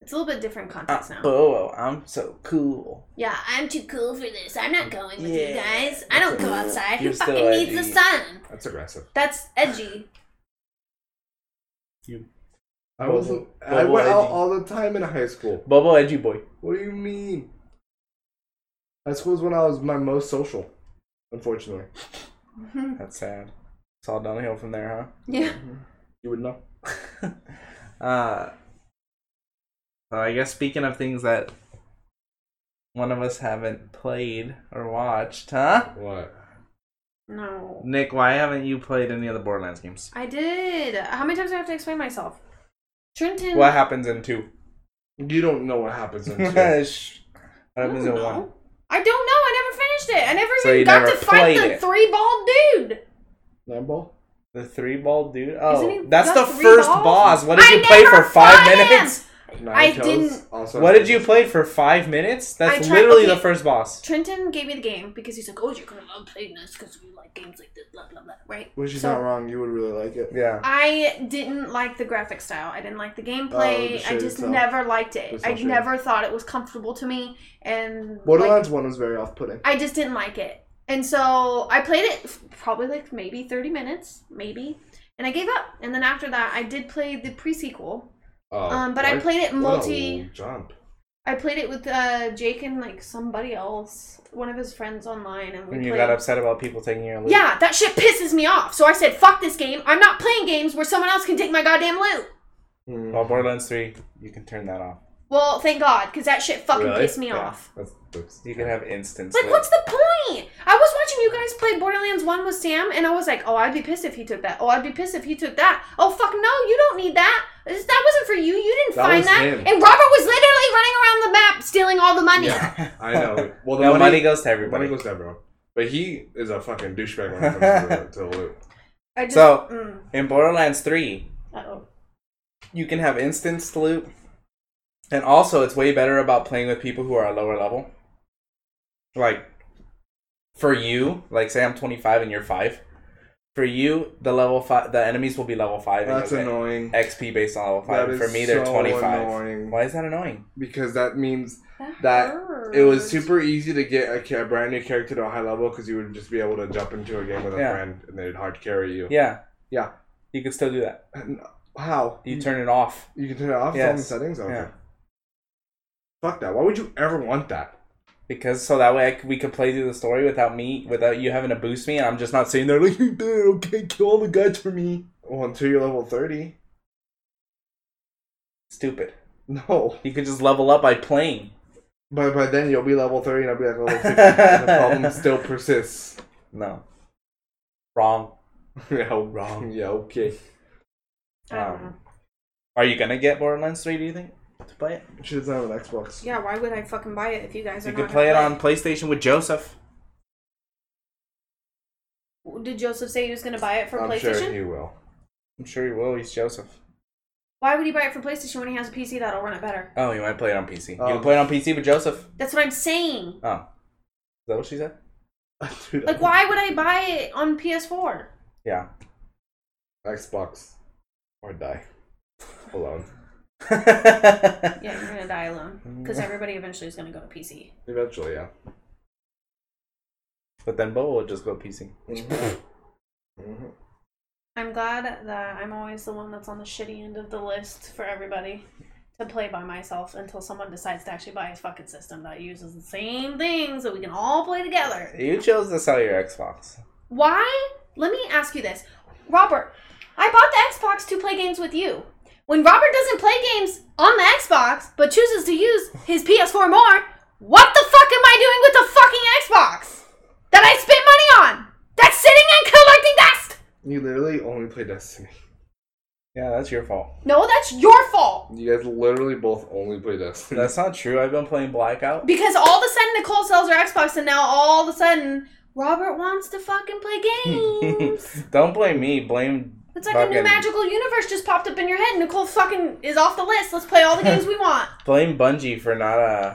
Speaker 3: it's a little bit different
Speaker 2: Uh,
Speaker 3: context now.
Speaker 2: oh, I'm so cool.
Speaker 3: yeah, I'm too cool for this. I'm not going with you
Speaker 2: Yeah.
Speaker 3: guys. I don't go outside.
Speaker 2: You're
Speaker 3: Who
Speaker 2: still
Speaker 3: fucking needs
Speaker 2: edgy.
Speaker 3: the sun?
Speaker 1: That's aggressive.
Speaker 3: That's edgy.
Speaker 1: I
Speaker 2: Bobo-
Speaker 1: wasn't. I
Speaker 2: Bobo
Speaker 1: went out
Speaker 2: edgy.
Speaker 1: all the time in high school.
Speaker 2: Bobo, edgy boy.
Speaker 1: What do you mean? High school is when I was my most social. Unfortunately,
Speaker 2: That's sad. It's all downhill from there,
Speaker 3: yeah.
Speaker 1: you would know.
Speaker 2: huh? uh, so I guess speaking of things that one of us haven't played or watched, huh?
Speaker 1: What?
Speaker 3: No.
Speaker 2: Nick, why haven't you played any of the Borderlands games?
Speaker 3: I did. How many times do I have to explain myself? Trenton.
Speaker 2: What happens in two?
Speaker 1: You don't know what happens in jail.
Speaker 2: Shh. what
Speaker 3: I don't
Speaker 2: happens in one?
Speaker 3: know. I don't know. I never finished it. I never
Speaker 2: So you
Speaker 3: even got
Speaker 2: never
Speaker 3: to fight
Speaker 2: played
Speaker 3: the
Speaker 2: it.
Speaker 3: three bald dude.
Speaker 1: Lambo.
Speaker 2: The three ball dude.
Speaker 3: Isn't
Speaker 2: Oh,
Speaker 3: he-
Speaker 2: that's
Speaker 3: got
Speaker 2: the
Speaker 3: three
Speaker 2: first
Speaker 3: balls?
Speaker 2: boss. What did
Speaker 3: I
Speaker 2: you play for
Speaker 3: never
Speaker 2: five
Speaker 3: fought him!
Speaker 2: minutes?
Speaker 3: I didn't-
Speaker 1: Also,
Speaker 2: What did you play for five minutes?
Speaker 3: I
Speaker 2: That's
Speaker 3: tried-
Speaker 2: literally the
Speaker 3: okay.
Speaker 2: first boss.
Speaker 3: Trenton gave me the game because he's like, "Oh, you're gonna love playing this because you like games like this, blah blah blah." Right?
Speaker 1: Which is
Speaker 3: So-
Speaker 1: not wrong. You would really like it.
Speaker 2: Yeah.
Speaker 3: I didn't like the graphic style. I didn't like the
Speaker 1: Oh, the
Speaker 3: gameplay. I
Speaker 1: shaded
Speaker 3: just
Speaker 1: style.
Speaker 3: never liked
Speaker 1: The
Speaker 3: it.
Speaker 1: cell
Speaker 3: I
Speaker 1: shading.
Speaker 3: never thought it was comfortable to me, and like,
Speaker 1: Borderlands One was very off-putting.
Speaker 3: I just didn't like it. And so I played it f- probably like maybe thirty minutes, maybe, and I gave up. And then after that, I did play the pre sequel,
Speaker 1: Oh,
Speaker 3: Um, but I
Speaker 1: what?
Speaker 3: played it
Speaker 1: What a
Speaker 3: multi.
Speaker 1: jump.
Speaker 3: I played it with uh, Jake and like somebody else, one of his friends online, and we
Speaker 2: When you
Speaker 3: played.
Speaker 2: got upset about people taking your loot.
Speaker 3: yeah, that shit pisses me off. So I said, "Fuck this game. I'm not playing games where someone else can take my goddamn loot."
Speaker 1: Hmm.
Speaker 2: Well, Borderlands 3, you can turn that off.
Speaker 3: Well, thank God, because that shit fucking
Speaker 1: Really?
Speaker 3: pissed me
Speaker 2: Yeah.
Speaker 3: off.
Speaker 1: That's, that's
Speaker 2: You can have instant.
Speaker 3: Like, what's the point? I was watching you guys play Borderlands 1 with Sam, and I was like, oh, I'd be pissed if he took that. Oh, I'd be pissed if he took that. Oh, fuck no, you don't need that. This- That wasn't for you. You didn't
Speaker 1: That
Speaker 3: find
Speaker 1: was
Speaker 3: that.
Speaker 1: him.
Speaker 3: And Robert was literally running around the map stealing all the money.
Speaker 1: Yeah. I know. Well, the
Speaker 2: no,
Speaker 1: money,
Speaker 2: money,
Speaker 1: money,
Speaker 2: goes to everybody.
Speaker 1: goes to everyone, but he is a fucking douchebag when it comes to, to loot.
Speaker 3: I just,
Speaker 2: So-
Speaker 3: mm,
Speaker 2: In Borderlands 3,
Speaker 3: uh-oh.
Speaker 2: you can have instant loot. And also, it's way better about playing with people who are a lower level. Like, for you, like say I'm 25 and you're 5. For you, the level 5, the enemies will be level 5. and
Speaker 1: That's
Speaker 2: you'll get
Speaker 1: annoying.
Speaker 2: XP based on level 5.
Speaker 1: That is
Speaker 2: for me, they're
Speaker 1: so
Speaker 2: 25.
Speaker 1: annoying.
Speaker 2: Why is that annoying?
Speaker 1: because that means
Speaker 3: That,
Speaker 1: That-
Speaker 3: hurt.
Speaker 1: it was super easy to get a, ca- a brand new character to a high level because you would just be able to jump into a game with a
Speaker 2: Yeah.
Speaker 1: friend and they'd hard carry you.
Speaker 2: Yeah.
Speaker 1: Yeah. Mm.
Speaker 2: You could still do that.
Speaker 1: And uh, How
Speaker 2: You turn it off.
Speaker 1: You can turn it off. It's
Speaker 2: Yes.
Speaker 1: all in settings. Okay.
Speaker 2: Yeah.
Speaker 1: Fuck that. Why would you ever want that?
Speaker 2: Because so that way I c we could play through the story without me, without you having to boost me, and I'm just not sitting there like, "Dude, okay, kill all the guys for me.
Speaker 1: Well, until you're level thirty.
Speaker 2: Stupid.
Speaker 1: No.
Speaker 2: You could just level up by playing.
Speaker 1: By by then you'll be level thirty and I'll be like level fifty. and the problem still persists.
Speaker 2: No. Wrong.
Speaker 1: yeah.
Speaker 2: Wrong.
Speaker 1: Yeah. Okay.
Speaker 3: I
Speaker 1: um,
Speaker 3: don't know.
Speaker 2: Um, Are you gonna get Borderlands 3, do you think? To play it?
Speaker 1: Shit's not on Xbox.
Speaker 3: Yeah, why would I fucking buy it if you guys are
Speaker 2: You
Speaker 3: not
Speaker 2: could play it
Speaker 3: gonna
Speaker 2: on PlayStation with Joseph.
Speaker 3: it? Did Joseph say he was going to buy it for
Speaker 1: I'm
Speaker 3: PlayStation?
Speaker 1: sure he will.
Speaker 2: I'm sure he will, he's Joseph.
Speaker 3: Why would he buy it for PlayStation when he has a PC that'll run it better?
Speaker 2: Oh, you might play it on PC. you
Speaker 1: Um,
Speaker 2: can play it on PC with Joseph. Is
Speaker 3: That's what I'm saying.
Speaker 2: that what she said?
Speaker 1: Dude,
Speaker 3: Like, why would I buy it on PS4?
Speaker 2: Yeah.
Speaker 1: Xbox or die alone.
Speaker 3: Yeah, you're gonna die alone
Speaker 1: Mm.
Speaker 3: because everybody eventually is gonna go to PC.
Speaker 1: Eventually, yeah.
Speaker 2: but then Bo will just go PC.
Speaker 1: Mhm.
Speaker 3: I'm glad that I'm always the one that's on the shitty end of the list for everybody to play by myself until someone decides to actually buy a fucking system that uses the same things that we can all play together.
Speaker 2: You chose to sell your Xbox.
Speaker 3: Why? Let me ask you this, Robert. I bought the Xbox to play games with you. When Robert doesn't play games on the Xbox but chooses to use his PS4 more, what the fuck am I doing with the fucking Xbox that I spent money on? That's sitting and collecting dust.
Speaker 1: You literally only play Destiny.
Speaker 2: Yeah, that's your fault.
Speaker 3: No, that's your fault.
Speaker 1: You guys literally both only play Destiny.
Speaker 2: That's not true. I've been playing Blackout.
Speaker 3: Because all of a sudden Nicole sells her Xbox, and now all of a sudden Robert wants to fucking play games.
Speaker 2: Don't blame me. Blame.
Speaker 3: It's like a new
Speaker 2: Fucking-
Speaker 3: magical universe just popped up in your head. Nicole fucking is off the list. Let's play all the games we want.
Speaker 2: Blame Bungie for not uh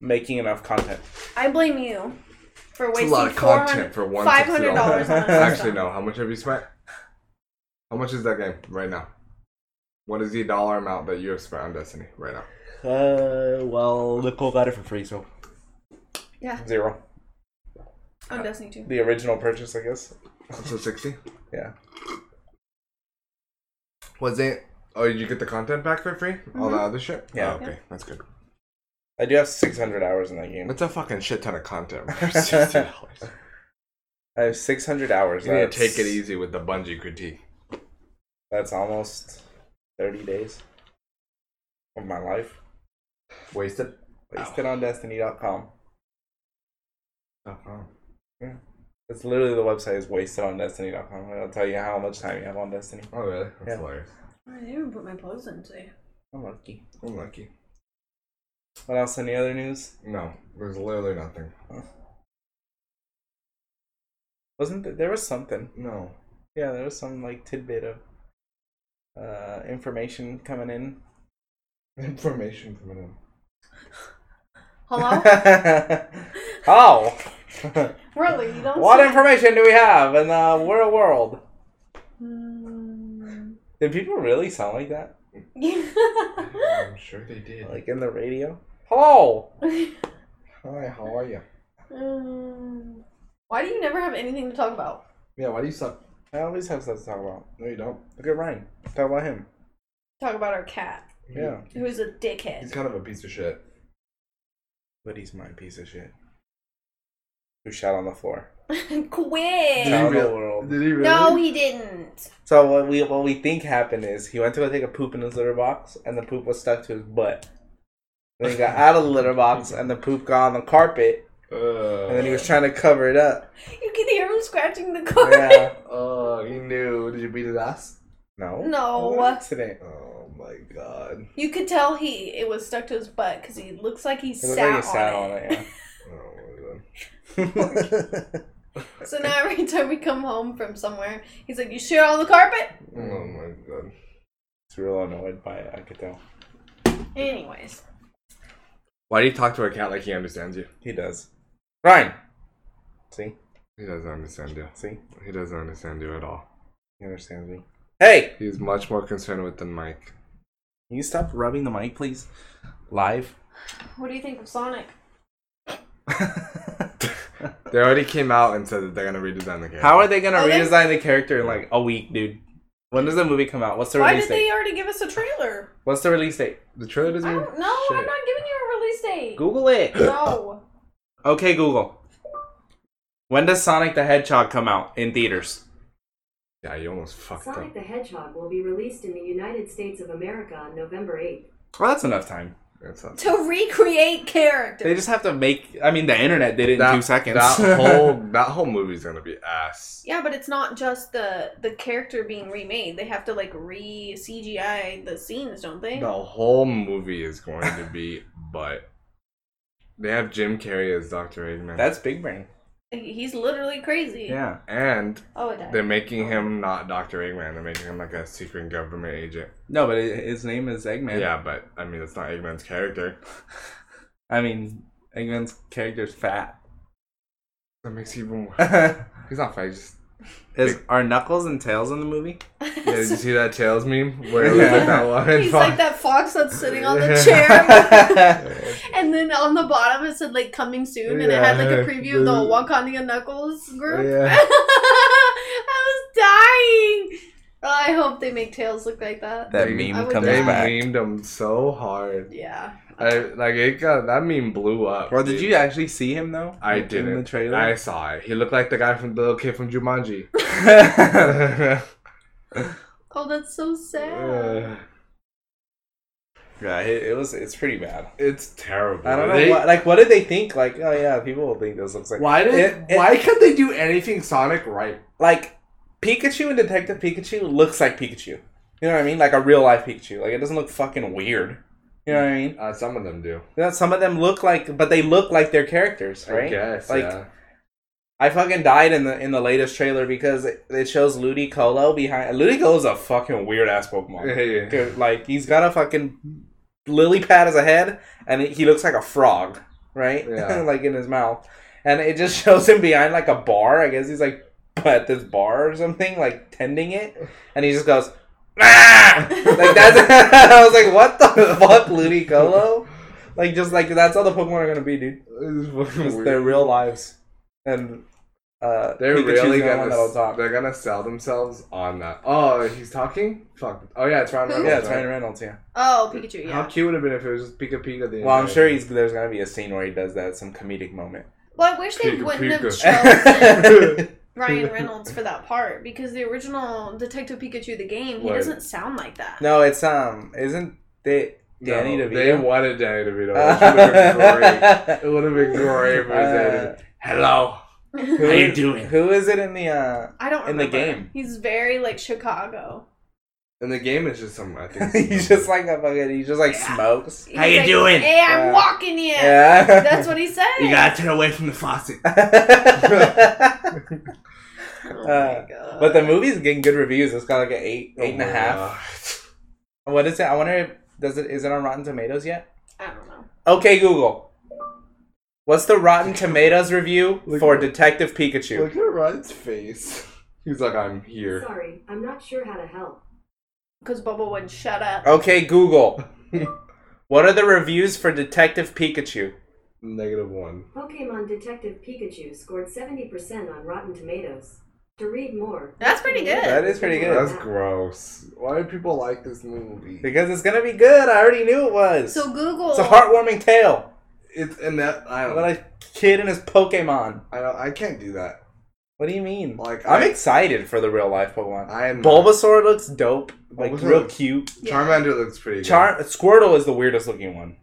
Speaker 2: making enough content.
Speaker 3: I blame you for
Speaker 1: It's
Speaker 3: wasting
Speaker 1: a lot of content for one
Speaker 3: five hundred dollars on a
Speaker 2: $500
Speaker 1: Actually, no. How much have you spent? How much is that game right now? What is the dollar amount that you have spent on Destiny right now?
Speaker 2: Uh, well, Nicole got it for free, so
Speaker 3: Yeah,
Speaker 2: zero.
Speaker 3: on Destiny too.
Speaker 2: The original purchase, I guess.
Speaker 1: So sixty.
Speaker 2: Yeah.
Speaker 1: Was it? Oh, did you get the content pack for free?
Speaker 3: Mm-hmm.
Speaker 1: All the other shit.
Speaker 2: Yeah.
Speaker 1: Oh, okay, that's good.
Speaker 2: I do have 600 hours in that game.
Speaker 1: That's a fucking shit ton of content. for $60.
Speaker 2: I have 600 hours.
Speaker 1: You need to
Speaker 2: That's-
Speaker 1: take it easy with the Bungie critique.
Speaker 2: That's almost 30 days of my life
Speaker 1: Wasted.
Speaker 2: wasted on Destiny.com.
Speaker 1: Uh-huh.
Speaker 2: It's literally the website is wasted on Destiny.com. It'll tell you how much time you have on Destiny.
Speaker 1: Oh really? That's
Speaker 2: Yeah.
Speaker 1: hilarious.
Speaker 3: I didn't even put my clothes in today.
Speaker 2: I'm lucky.
Speaker 1: I'm lucky.
Speaker 2: What else? Any other news?
Speaker 1: No, there's literally nothing.
Speaker 2: Wasn't there, there was something?
Speaker 1: No.
Speaker 2: Yeah, there was some like tidbit of uh, information coming in.
Speaker 1: Information coming in.
Speaker 3: Hello?
Speaker 2: oh,
Speaker 3: really? You don't
Speaker 2: what
Speaker 3: see-
Speaker 2: information do we have in the real world?
Speaker 3: Mm.
Speaker 2: Did people really sound like that?
Speaker 1: I'm sure they did.
Speaker 2: Like in the radio? Hello.
Speaker 1: Hi, how are you?
Speaker 3: Mm. Why do you never have anything to talk about?
Speaker 1: Yeah, why do you suck?
Speaker 2: I always have stuff to talk about.
Speaker 1: No, you don't.
Speaker 2: Look at Ryan. Talk about him.
Speaker 3: Talk about our cat,
Speaker 2: Yeah.
Speaker 3: who's a
Speaker 1: He's
Speaker 3: dickhead.
Speaker 1: kind of a piece of shit.
Speaker 2: But he's my piece of shit. Who shot on the floor?
Speaker 3: Quit!
Speaker 1: Yeah.
Speaker 2: Tell the
Speaker 1: real-
Speaker 2: world.
Speaker 1: Did he really?
Speaker 3: No, he didn't.
Speaker 2: So what we what we think happened is he went to go take a poop in his litter box, and the poop was stuck to his butt. Then he got out of the litter box, and the poop got on the carpet,
Speaker 1: Uh,
Speaker 2: and then he was trying to cover it up.
Speaker 3: You can hear him scratching the car.
Speaker 2: Yeah.
Speaker 1: Oh, he knew. Did you beat his ass?
Speaker 2: No.
Speaker 3: No.
Speaker 2: It was an accident.
Speaker 1: Oh my god.
Speaker 3: You could tell he it was stuck to his butt because he looks like he
Speaker 2: It
Speaker 3: sat,
Speaker 2: looked like he
Speaker 3: on,
Speaker 2: sat
Speaker 3: it.
Speaker 2: on it.
Speaker 1: Oh my god.
Speaker 2: Yeah.
Speaker 3: So now every time we come home from somewhere, he's like, "You shit on the carpet."
Speaker 1: Oh my god.
Speaker 2: He's real annoyed by it. I could tell.
Speaker 3: Anyways,
Speaker 1: Why do you talk to a cat like he understands you?
Speaker 2: He does. Ryan. See,
Speaker 1: He doesn't understand you.
Speaker 2: see,
Speaker 1: He doesn't understand you at all.
Speaker 2: he understands me. Hey,
Speaker 1: He's much more concerned with the mic.
Speaker 2: can you stop rubbing the mic, please? Live.
Speaker 3: what do you think of Sonic?
Speaker 1: They already came out and said that they're gonna redesign the game.
Speaker 2: How are they gonna
Speaker 3: Are they-
Speaker 2: redesign the character in like a week, dude? When does the movie come out? What's the
Speaker 3: Why
Speaker 2: release
Speaker 3: did
Speaker 2: date?
Speaker 3: they already give us a trailer?
Speaker 2: What's the release date?
Speaker 1: the trailer doesn't?
Speaker 3: I
Speaker 1: mean
Speaker 3: don't know. I'm
Speaker 1: shit.
Speaker 3: not giving you a release date.
Speaker 2: Google it.
Speaker 3: No.
Speaker 2: Okay, Google. When does Sonic the Hedgehog come out in theaters?
Speaker 1: Yeah, you almost fucked
Speaker 4: Sonic
Speaker 1: up.
Speaker 4: the Hedgehog will be released in the United States of America on November 8th.
Speaker 2: Well, that's enough time.
Speaker 1: That's not-
Speaker 3: To recreate characters.
Speaker 2: They just have to make. I mean, the internet did it in
Speaker 1: That-
Speaker 2: two seconds.
Speaker 1: That whole that whole movie's gonna be ass.
Speaker 3: Yeah, but it's not just the the character being remade. They have to like re CGI the scenes, don't they?
Speaker 1: The whole movie is going to be but they have Jim Carrey as Dr. Eggman.
Speaker 2: That's big brain.
Speaker 3: He- He's literally crazy.
Speaker 2: Yeah.
Speaker 1: and
Speaker 3: Oh, it died.
Speaker 1: they're making him not Dr. Eggman, they're making him like a secret government agent.
Speaker 2: No, but it, his name is Eggman.
Speaker 1: Yeah, but I mean it's not Eggman's character.
Speaker 2: I mean, Eggman's character's fat.
Speaker 1: That makes it even worse.
Speaker 2: is
Speaker 1: He's not fat, he's just
Speaker 2: are Knuckles and Tails in the movie?
Speaker 1: Yeah, did you see that Tails meme? Where it was like that one
Speaker 3: He's like that fox that's sitting on the chair.
Speaker 2: yeah.
Speaker 3: and then on the bottom it said like coming soon and it had like a
Speaker 1: Yeah.
Speaker 3: preview of the Wakanda Knuckles group.
Speaker 1: Yeah.
Speaker 3: I was dying. Oh, I hope they make Tails look like that.
Speaker 2: That
Speaker 1: They-
Speaker 2: meme
Speaker 3: I would
Speaker 2: comes
Speaker 1: They
Speaker 3: die.
Speaker 2: back.
Speaker 1: memed him so hard.
Speaker 3: Yeah.
Speaker 1: I, like it got that meme blew up.
Speaker 2: Well, did
Speaker 1: dude.
Speaker 2: you actually see him though?
Speaker 1: I
Speaker 2: In- in the
Speaker 1: didn't.
Speaker 2: trailer.
Speaker 1: I saw it. He looked like the guy from the little kid from Jumanji.
Speaker 3: Oh, that's so sad.
Speaker 1: Uh,
Speaker 2: yeah, it, it was. It's pretty bad.
Speaker 1: it's terrible.
Speaker 2: I don't know.
Speaker 1: They-
Speaker 2: what, like, what did they think? Like, oh yeah, people will think this looks like.
Speaker 1: why did
Speaker 2: It- it-
Speaker 1: why could they do anything Sonic right?
Speaker 2: Like, Pikachu and Detective Pikachu looks like Pikachu. You know what I mean? Like a real life Pikachu. Like it doesn't look fucking weird. You know what I mean?
Speaker 1: Uh, some of them do.
Speaker 2: You know, some of them look like, but they look like their characters,
Speaker 1: I
Speaker 2: right?
Speaker 1: guess.
Speaker 2: Like,
Speaker 1: yeah.
Speaker 2: I fucking died in the in the latest trailer because it, it shows Ludicolo behind. Ludicolo's a fucking weird ass Pokemon.
Speaker 1: Hey,
Speaker 2: Okay, like he's got a fucking lily pad as a head, and he looks like a frog, right?
Speaker 1: Yeah.
Speaker 2: like in his mouth, and it just shows him behind like a bar. I guess he's like at this bar or something, like tending it, and he just goes. "Ah!" like that's I was like, what the fuck, Ludicolo? Like just like that's how the Pokemon are gonna be, dude.
Speaker 1: It's fucking
Speaker 2: It's
Speaker 1: weird.
Speaker 2: their real lives, and uh,
Speaker 1: They're
Speaker 2: Pikachu's
Speaker 1: really
Speaker 2: the only one
Speaker 1: gonna
Speaker 2: that'll talk.
Speaker 1: they're gonna sell themselves on that. Oh, he's talking. Fuck. Oh yeah, it's Ryan
Speaker 3: Who?
Speaker 1: Reynolds.
Speaker 2: Yeah, it's
Speaker 1: right?
Speaker 2: Ryan Reynolds. Yeah.
Speaker 3: Oh, Pikachu,
Speaker 1: How
Speaker 3: yeah.
Speaker 1: cute would it have been if it was just Pika Pika. The
Speaker 2: Well, I'm
Speaker 1: entire
Speaker 2: sure
Speaker 1: time?
Speaker 2: he's there's gonna be a scene where he does that, some comedic moment.
Speaker 3: Well, I wish they
Speaker 1: Pika
Speaker 3: wouldn't have chosen
Speaker 2: That's
Speaker 3: Ryan Reynolds for that part because the original Detective Pikachu the game, he
Speaker 1: Right.
Speaker 3: doesn't sound like that.
Speaker 2: no, it's um, isn't they Danny
Speaker 1: no,
Speaker 2: DeVito?
Speaker 1: They wanted Danny DeVito. It would have been great. It would have been great if it was Danny.
Speaker 2: Uh,
Speaker 1: Hello.
Speaker 2: who,
Speaker 1: How you doing?
Speaker 2: Who is it in the? uh
Speaker 3: I don't
Speaker 2: in the
Speaker 3: remember.
Speaker 2: game.
Speaker 3: He's very like Chicago.
Speaker 1: And the game is just some. I think
Speaker 2: He's just like a fucking. He just like smokes.
Speaker 3: He's like, Hey, I'm
Speaker 2: Yeah.
Speaker 3: walking you.
Speaker 2: Yeah.
Speaker 3: That's what he said.
Speaker 1: turn away from the faucet.
Speaker 3: Oh
Speaker 2: Uh,
Speaker 3: my God.
Speaker 2: but the movie's getting good reviews. It's got like an eight,
Speaker 1: Oh,
Speaker 2: eight and a half. What is it? I wonder. If, does it is it on Rotten Tomatoes yet?
Speaker 3: I don't know.
Speaker 2: Okay, Google. What's the Rotten Tomatoes review
Speaker 1: Look-
Speaker 2: for Detective Pikachu?
Speaker 1: Look at Ryan's face. He's like, I'm here.
Speaker 4: Sorry, I'm not sure how to help.
Speaker 3: Because Bubba would shut up.
Speaker 2: Okay, Google. what are the reviews for Detective Pikachu?
Speaker 1: Negative one.
Speaker 4: Pokemon Detective Pikachu scored 70% on Rotten Tomatoes. To read more,
Speaker 3: That's pretty good.
Speaker 2: That is pretty good.
Speaker 1: That's gross. Why do people like this movie?
Speaker 2: Because it's gonna be good. I already knew it was.
Speaker 3: So Google.
Speaker 2: it's a heartwarming tale
Speaker 1: It's and that I don't.
Speaker 2: about a kid and his Pokemon.
Speaker 1: I don't. I can't do that.
Speaker 2: What do you mean?
Speaker 1: Like,
Speaker 2: I'm
Speaker 1: I-
Speaker 2: excited for the real life Pokemon.
Speaker 1: I am. not-
Speaker 2: Bulbasaur looks dope, like
Speaker 1: Bulbasaur
Speaker 2: real
Speaker 1: looks-
Speaker 2: cute.
Speaker 3: Yeah.
Speaker 1: Charmander looks pretty.
Speaker 2: Char Squirtle is the weirdest looking one,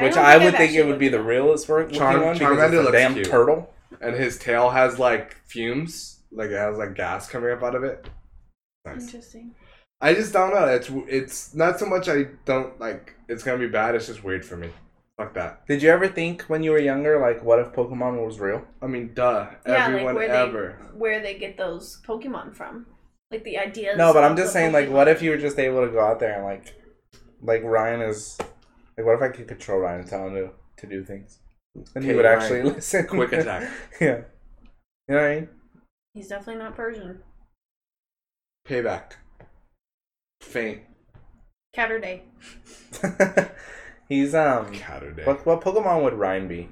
Speaker 2: which
Speaker 3: don't
Speaker 2: I, would
Speaker 3: I've
Speaker 2: think it
Speaker 3: actually
Speaker 2: would be the
Speaker 3: looked
Speaker 2: realest wor- looking
Speaker 1: Charm-
Speaker 2: one because
Speaker 1: Charmander
Speaker 2: it's a
Speaker 1: looks
Speaker 2: damn
Speaker 1: cute.
Speaker 2: turtle.
Speaker 1: good. and his tail has like fumes. Like it has like gas coming up out of it.
Speaker 3: at it.
Speaker 1: Nice.
Speaker 3: Interesting.
Speaker 1: I just don't know. It's it's not so much. I don't like. It's gonna be bad. It's just weird for me. Fuck that.
Speaker 2: Did you ever think when you were younger, like, what if Pokemon was real?
Speaker 1: I mean, duh.
Speaker 3: Yeah,
Speaker 1: Everyone
Speaker 3: like where
Speaker 1: ever.
Speaker 3: they where they get those Pokemon from, like the ideas.
Speaker 2: No, but I'm
Speaker 3: of
Speaker 2: just
Speaker 3: the
Speaker 2: saying, like,
Speaker 3: Pokemon.
Speaker 2: what if you were just able to go out there and like, like Ryan is, like, what if I could control Ryan and tell him to, to do things, and he
Speaker 1: Okay,
Speaker 2: would
Speaker 1: Ryan,
Speaker 2: actually listen.
Speaker 1: Quick attack.
Speaker 2: yeah, you know what I mean.
Speaker 3: He's definitely not Persian.
Speaker 1: Payback. Faint.
Speaker 3: Catterday.
Speaker 2: He's um.
Speaker 1: Catterday.
Speaker 2: What what Pokemon would Ryan be?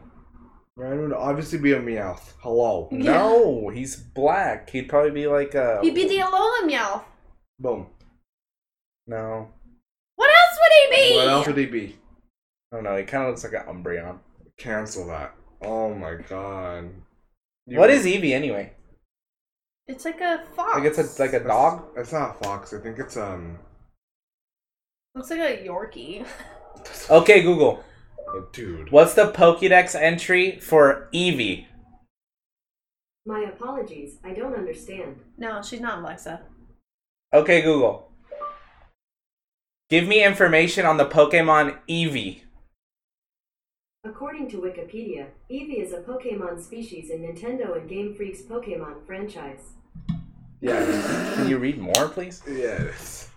Speaker 1: Ryan would obviously be a Meowth. Hello.
Speaker 3: Yeah.
Speaker 2: No, he's black. He'd probably be like a.
Speaker 3: He'd be the Alola Meow.
Speaker 1: Boom.
Speaker 2: no,
Speaker 3: What else would he be?
Speaker 1: What else would he be?
Speaker 2: I don't know. He kind of looks like an Umbreon.
Speaker 1: Cancel that. Oh my god. You-
Speaker 2: What is Eevee anyway?
Speaker 3: It's like a fox.
Speaker 2: Like it's a like a
Speaker 1: That's-
Speaker 2: dog.
Speaker 1: That's not a fox. I think it's um
Speaker 3: looks like a Yorkie.
Speaker 2: Okay, Google.
Speaker 1: a dude.
Speaker 2: What's the Pokédex entry for Eevee?
Speaker 4: my apologies, I don't understand.
Speaker 3: No, she's not Alexa.
Speaker 2: Okay, Google. Give me information on the Pokemon Eevee.
Speaker 4: According to Wikipedia, Eevee is a Pokemon species in Nintendo and Game Freak's Pokemon franchise.
Speaker 1: Yeah. it is.
Speaker 2: Can you read more, please?
Speaker 1: Yeah. it is.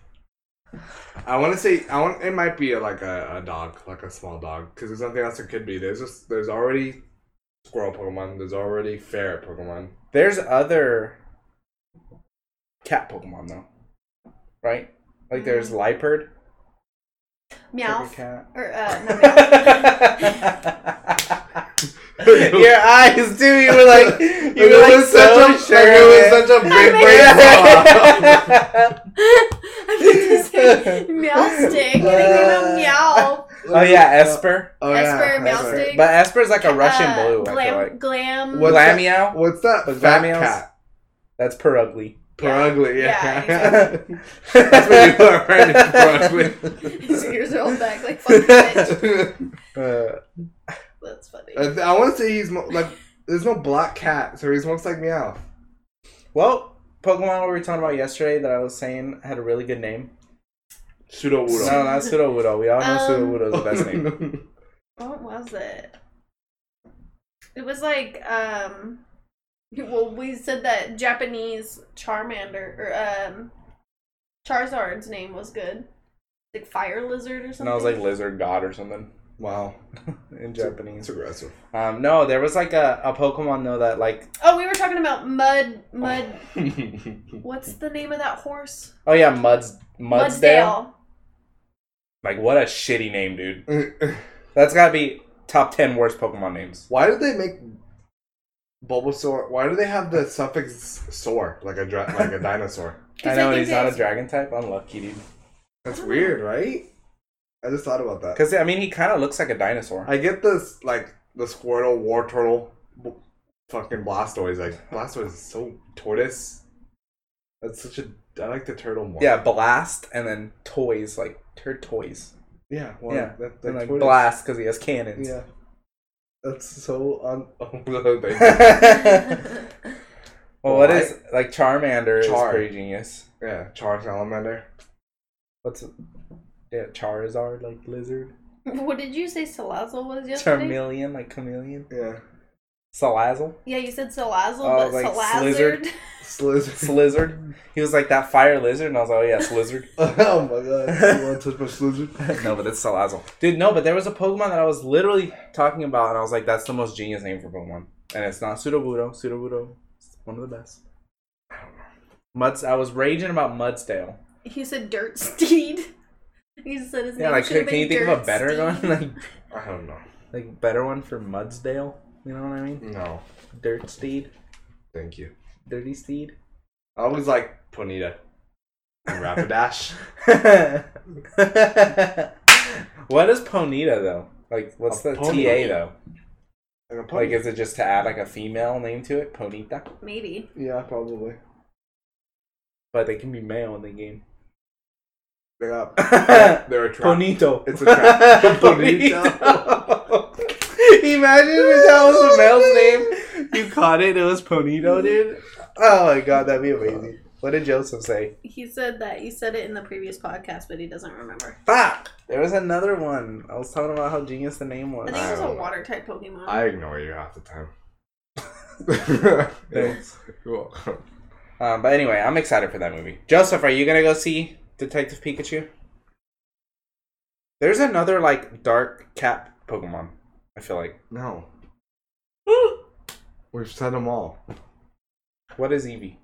Speaker 1: I want to say I want. It might be like a, a dog, like a small dog, because there's nothing else it could be. There's just there's already squirrel Pokemon. There's already ferret Pokemon.
Speaker 2: There's other cat Pokemon though, right? Like there's
Speaker 3: Mm.
Speaker 2: Lipard.
Speaker 3: Meow.
Speaker 2: Like a cat.
Speaker 3: Or uh, not meow.
Speaker 2: Your eyes, dude. You were like, you were
Speaker 1: It
Speaker 2: like
Speaker 1: was
Speaker 2: so
Speaker 1: such a-
Speaker 2: sure.
Speaker 1: it was such a big brain
Speaker 3: I meant to say meow stick. You didn't
Speaker 2: Uh,
Speaker 3: even meow.
Speaker 2: oh yeah, Esper.
Speaker 1: Oh,
Speaker 3: Esper,
Speaker 1: yeah,
Speaker 3: Meowstic.
Speaker 1: Esper.
Speaker 2: But Esper's like a Russian
Speaker 3: Uh,
Speaker 2: blue. I
Speaker 3: Glam.
Speaker 2: feel like.
Speaker 3: Glam.
Speaker 1: What- What's that?
Speaker 2: Glammeow.
Speaker 1: What's that?
Speaker 2: Those
Speaker 1: Fat
Speaker 2: Glammeows?
Speaker 1: cat.
Speaker 2: That's Perugly.
Speaker 1: Perugly,
Speaker 3: Yeah,
Speaker 1: yeah.
Speaker 3: exactly.
Speaker 1: That's what you are, right? Perugly.
Speaker 3: His ears are all back like fucking bitch.
Speaker 2: Uh,
Speaker 3: That's funny.
Speaker 1: I, want to say he's mo- like, there's no black cat, so he's most like Meow.
Speaker 2: well, Pokemon we were talking about yesterday that I was saying had a really good name.
Speaker 1: Pseudo
Speaker 2: No, not Sudowoodo. We all know
Speaker 3: Um,
Speaker 2: Sudowoodo is the best name.
Speaker 3: What was it? It was like um well we said that Japanese Charmander or um Charizard's name was good. Like fire lizard or something.
Speaker 2: And I was like lizard god or something
Speaker 1: wow.
Speaker 2: in
Speaker 1: It's
Speaker 2: Japanese.
Speaker 1: aggressive.
Speaker 2: Um, no, there was like a, a Pokemon though that like
Speaker 3: Oh, we were talking about mud mud
Speaker 1: Mud.
Speaker 3: what's the name of that horse?
Speaker 2: oh yeah Muds Mudsdale.
Speaker 3: Mudsdale.
Speaker 2: Like what a shitty name, dude. That's gotta be top ten worst Pokemon names.
Speaker 1: why did they make Bulbasaur? Why do they have the suffix "sore" like a dra- like a dinosaur?
Speaker 3: 'Cause
Speaker 2: I know
Speaker 3: think
Speaker 2: he's not a
Speaker 3: it's-
Speaker 2: dragon type. Unlucky, dude.
Speaker 1: That's weird, right? I just thought about that.
Speaker 2: Because I mean, he kind of looks like a dinosaur.
Speaker 1: I get this like the Squirtle, War Turtle, b- fucking Blastoise. Like Blastoise is so tortoise. That's such a. I like the turtle more.
Speaker 2: Yeah, blast and then toys like turd toys.
Speaker 1: yeah, well,
Speaker 2: yeah,
Speaker 1: That, that
Speaker 2: And like
Speaker 1: tortoise-
Speaker 2: blast because he has cannons.
Speaker 1: Yeah, that's so un. Oh, no, thank you.
Speaker 2: well, what
Speaker 1: Why?
Speaker 2: is like Charmander
Speaker 1: Char.
Speaker 2: is pretty genius.
Speaker 1: yeah, Char Salamander.
Speaker 2: What's yeah Charizard like lizard?
Speaker 3: What did you say Salazzle was yesterday?
Speaker 2: Charmeleon like chameleon.
Speaker 1: Yeah,
Speaker 2: Salazzle,
Speaker 3: Yeah, you said Salazzle,
Speaker 2: Oh,
Speaker 3: but
Speaker 2: like
Speaker 3: Salazzard.
Speaker 1: Slizzard.
Speaker 2: Slizzard. He was like that fire lizard, and I was like, oh yeah, Slizzard.
Speaker 1: oh my god! You want to touch my Slizzard?
Speaker 2: no, but that's Salazzle, dude. No, but there was a Pokemon that I was literally talking about, and I was like, that's the most genius name for Pokemon, and it's not Sudowoodo. Sudowoodo, is one of the best. Muds. I was raging about Mudsdale.
Speaker 3: He said Dirt Steed. He said his
Speaker 2: Yeah,
Speaker 3: name
Speaker 2: like
Speaker 3: should have
Speaker 2: can
Speaker 3: been
Speaker 2: you think
Speaker 3: Dirt
Speaker 2: of a better
Speaker 3: Steed.
Speaker 2: one? Like
Speaker 1: I don't know.
Speaker 2: like better one for Mudsdale. You know what I mean?
Speaker 1: No,
Speaker 2: Dirt steed,
Speaker 1: thank you.
Speaker 2: dirty steed.
Speaker 1: I always like Ponita and Rapidash.
Speaker 2: what is Ponita though? Like, what's
Speaker 1: A
Speaker 2: the
Speaker 1: pony.
Speaker 2: TA though?
Speaker 1: And a pony.
Speaker 2: Like, is it just to add like a female name to it, Ponita?
Speaker 3: Maybe.
Speaker 1: yeah, probably.
Speaker 2: But they can be male in the game.
Speaker 1: They're up. They're a trap.
Speaker 2: Ponito.
Speaker 1: It's a trap. Ponito.
Speaker 2: Imagine if that was a male's name. You caught it. It was Ponito, dude. Oh my god, that'd be amazing. What did Joseph say?
Speaker 3: He said that. He said it in the previous podcast, but he doesn't remember.
Speaker 2: Fuck. There was another one. I was talking about how genius the name
Speaker 3: I
Speaker 2: was.
Speaker 3: think it was
Speaker 1: I
Speaker 3: a
Speaker 1: don't know.
Speaker 3: water type Pokemon.
Speaker 1: I ignore you half the time.
Speaker 2: Thanks.
Speaker 1: You're welcome.
Speaker 2: Um, but anyway, I'm excited for that movie. Joseph, are you gonna go see Detective Pikachu? There's another like dark cat Pokemon. I feel like.
Speaker 1: No, we've said them all.
Speaker 2: What is Eevee?